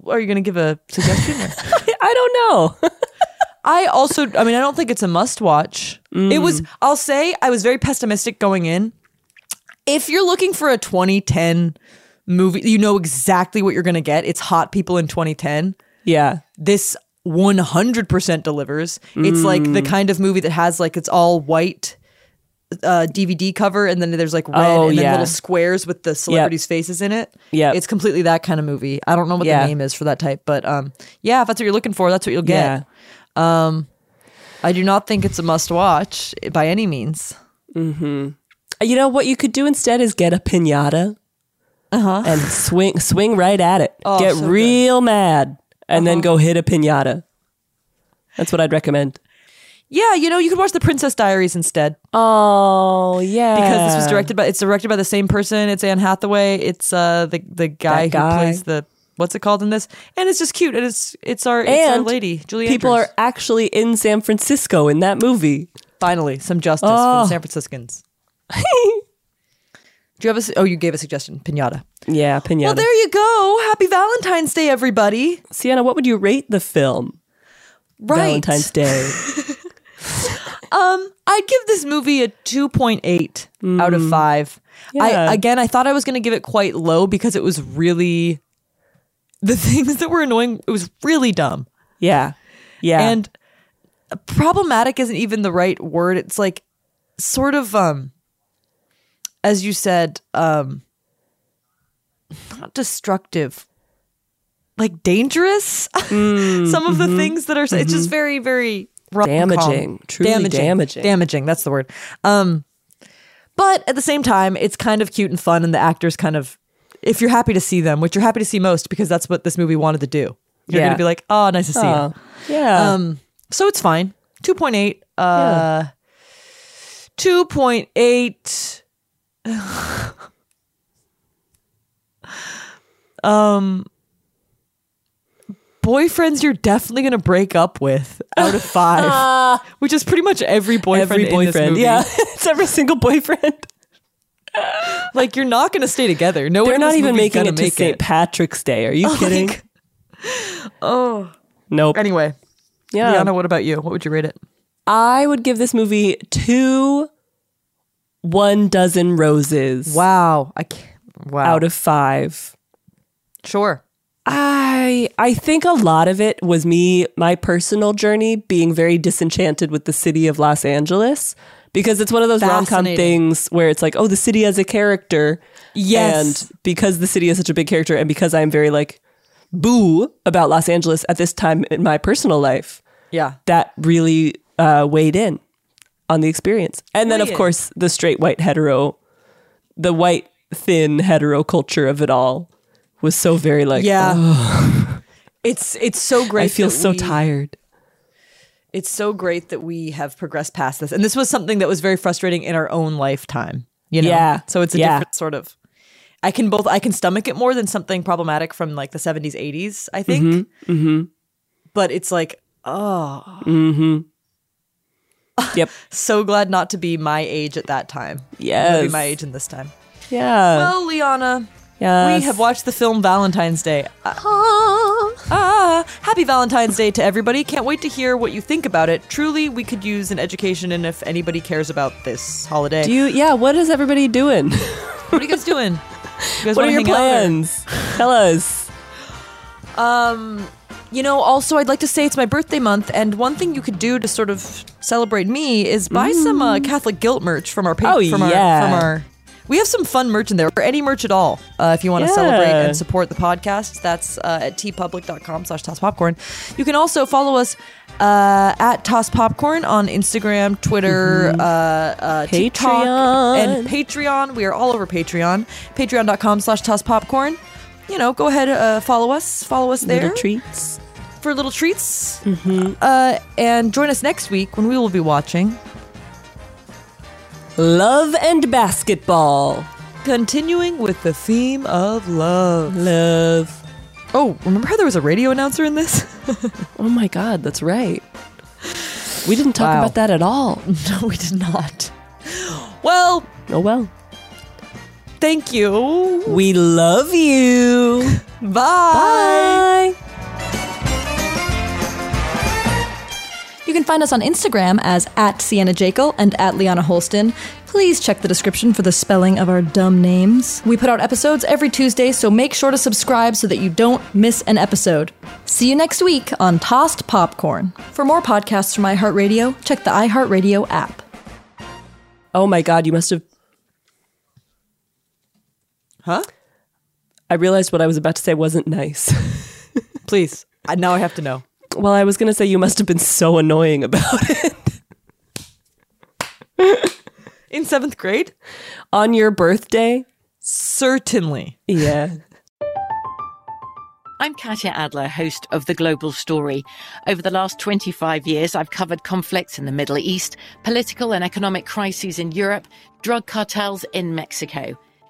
Speaker 5: Are you going to give a suggestion?
Speaker 2: I don't know.
Speaker 5: I also, I mean, I don't think it's a must watch. It was,
Speaker 2: Mm.
Speaker 5: I'll say, I was very pessimistic going in. If you're looking for a 2010 movie, you know exactly what you're going to get. It's hot people in 2010.
Speaker 2: Yeah.
Speaker 5: This 100% delivers. It's like the
Speaker 2: Mm.
Speaker 5: kind of movie that has like, it's all white uh, DVD cover and then there's like red
Speaker 2: Oh,
Speaker 5: and then
Speaker 2: yeah.
Speaker 5: little squares with the celebrities' faces in it.
Speaker 2: Yep.
Speaker 5: It's completely that kind of movie. I don't know what
Speaker 2: Yeah.
Speaker 5: the name is for that type, but um, yeah, if that's what you're looking for, that's what you'll get. Um, I do not think it's a must watch by any means.
Speaker 2: Mm-hmm. You know what you could do instead is get a pinata
Speaker 5: uh-huh.
Speaker 2: and swing swing right at it.
Speaker 5: Oh,
Speaker 2: get
Speaker 5: so good.
Speaker 2: real mad and then go hit a pinata. That's what I'd recommend.
Speaker 5: Yeah, you know, you could watch The Princess Diaries instead.
Speaker 2: Oh, yeah.
Speaker 5: Because this was directed by it's directed by the same person. It's Anne Hathaway. It's uh the the guy,
Speaker 2: guy.
Speaker 5: who plays the what's it called in this? And it's just cute and it's it's our it's our
Speaker 2: and
Speaker 5: lady, Julie
Speaker 2: people
Speaker 5: Andrews.
Speaker 2: are actually in San Francisco in that movie.
Speaker 5: Finally, some justice for the San Franciscans. Do you have a s- Oh, you gave a suggestion, pinata.
Speaker 2: Yeah, pinata.
Speaker 5: Well, there you go. Happy Valentine's Day, everybody.
Speaker 2: Sienna, what would you rate the film?
Speaker 5: Right.
Speaker 2: Valentine's Day.
Speaker 5: Um, I'd give this movie a 2.8 out of 5.
Speaker 2: Yeah.
Speaker 5: I again, I thought I was going to give it quite low because it was really the things that were annoying, it was really dumb.
Speaker 2: Yeah. Yeah.
Speaker 5: And problematic isn't even the right word. It's like sort of um as you said, um not destructive. Like dangerous. Some of the things that are it's just very very rough and calm.
Speaker 2: Mm-hmm. Damaging. Truly damaging.
Speaker 5: Damaging, that's the word. Um but at the same time, it's kind of cute and fun and the actors kind of if you're happy to see them, which you're happy to see most because that's what this movie wanted to do.
Speaker 2: Yeah.
Speaker 5: You're going to be like, "Oh, nice to see
Speaker 2: Oh,
Speaker 5: you."
Speaker 2: yeah.
Speaker 5: Um, so it's fine. 2.8. Uh, 2.8. um, boyfriends you're definitely going to break up with out of five, which is pretty much every boyfriend.
Speaker 2: Every
Speaker 5: in this
Speaker 2: boyfriend,
Speaker 5: movie.
Speaker 2: yeah. it's every single boyfriend.
Speaker 5: like, you're not going to stay together. No,
Speaker 2: They're
Speaker 5: one in
Speaker 2: not
Speaker 5: this
Speaker 2: even
Speaker 5: movie's
Speaker 2: making
Speaker 5: gonna
Speaker 2: it to
Speaker 5: make
Speaker 2: St. Patrick's Day. Are you
Speaker 5: Oh,
Speaker 2: kidding?
Speaker 5: like- Oh.
Speaker 2: Nope.
Speaker 5: Anyway.
Speaker 2: Yeah.
Speaker 5: Liana, what about you? What would you rate it?
Speaker 2: I would give this movie two one dozen roses.
Speaker 5: Wow. I can't, wow.
Speaker 2: Out of five.
Speaker 5: Sure.
Speaker 2: I I think a lot of it was me my personal journey being very disenchanted with the city of Los Angeles because it's one of those rom-com
Speaker 5: Fascinating.
Speaker 2: things where it's like oh the city has a character
Speaker 5: Yes.
Speaker 2: and because the city is such a big character and because I'm very like boo about Los Angeles at this time in my personal life
Speaker 5: Yeah.
Speaker 2: that really uh, weighed in on the experience. And then,
Speaker 5: Weigh
Speaker 2: of
Speaker 5: in.
Speaker 2: course, the straight white hetero, the white thin hetero culture of it all was so very like,
Speaker 5: Yeah.
Speaker 2: "Ugh,
Speaker 5: It's it's so great.
Speaker 2: I feel
Speaker 5: that
Speaker 2: so
Speaker 5: we-
Speaker 2: tired.
Speaker 5: It's so great that we have progressed past this. And this was something that was very frustrating in our own lifetime. You know?
Speaker 2: Yeah.
Speaker 5: So it's a
Speaker 2: Yeah.
Speaker 5: different sort of I can both I can stomach it more than something problematic from like the 70s, 80s, I think.
Speaker 2: Mm
Speaker 5: But it's like, oh,
Speaker 2: hmm. Mm hmm. Yep.
Speaker 5: so glad not to be my age at that time. I'm gonna
Speaker 2: Yes.
Speaker 5: Be my age in this time.
Speaker 2: Yeah.
Speaker 5: Well, Liana,
Speaker 2: Yes.
Speaker 5: We have watched the film Valentine's Day. Ah, ah, happy Valentine's Day to everybody. Can't wait to hear what you think about it. Truly, we could use an education and if anybody cares about this holiday.
Speaker 2: Do you? Yeah. What is everybody doing?
Speaker 5: what are you guys doing? You
Speaker 2: what
Speaker 5: guys wanna
Speaker 2: are your
Speaker 5: hang out or-
Speaker 2: plans? Tell us.
Speaker 5: Um, you know, also I'd like to say it's my birthday month, and one thing you could do to sort of celebrate me is buy some uh, Catholic guilt merch from our pa-
Speaker 2: Mm. Oh,
Speaker 5: from
Speaker 2: yeah.
Speaker 5: our from our. We have some fun merch in there, or any merch at all. Uh, if you want to
Speaker 2: Yeah.
Speaker 5: celebrate and support the podcast, that's uh, at tpublic.com slash tosspopcorn. You can also follow us uh, at tosspopcorn on Instagram, Twitter,
Speaker 2: Mm-hmm.
Speaker 5: uh, uh, TikTok, and Patreon. We are all over Patreon. Patreon.com slash tosspopcorn. You know, go ahead, uh, follow us. Follow us there.
Speaker 2: Little treats.
Speaker 5: For little treats. Uh, and join us next week when we will be watching
Speaker 2: Love and basketball.
Speaker 5: Continuing with the theme of love.
Speaker 2: Love.
Speaker 5: Oh, remember how there was a radio announcer in this?
Speaker 2: oh my God, that's right. We didn't talk
Speaker 5: Wow.
Speaker 2: about that at all.
Speaker 5: No, we did not. Well,
Speaker 2: Oh well.
Speaker 5: thank you.
Speaker 2: We love you.
Speaker 5: Bye. Bye.
Speaker 1: You can find us on Instagram as at Sienna Jekyll and at Liana Holston. Please check the description for the spelling of our dumb names. We put out episodes every Tuesday, so make sure to subscribe so that you don't miss an episode. See you next week on Tossed Popcorn. For more podcasts from iHeartRadio, check the iHeartRadio app.
Speaker 2: Oh my God, you must have.
Speaker 5: Huh?
Speaker 2: I realized what I was about to say wasn't nice.
Speaker 5: Please. I, now I have to know.
Speaker 2: well, I was going to say you must have been so annoying about it.
Speaker 5: In seventh grade?
Speaker 2: On your birthday?
Speaker 5: Certainly.
Speaker 2: Yeah.
Speaker 7: I'm Katya Adler, host of The Global Story. Over the last 25 years, I've covered conflicts in the Middle East, political and economic crises in Europe, drug cartels in Mexico.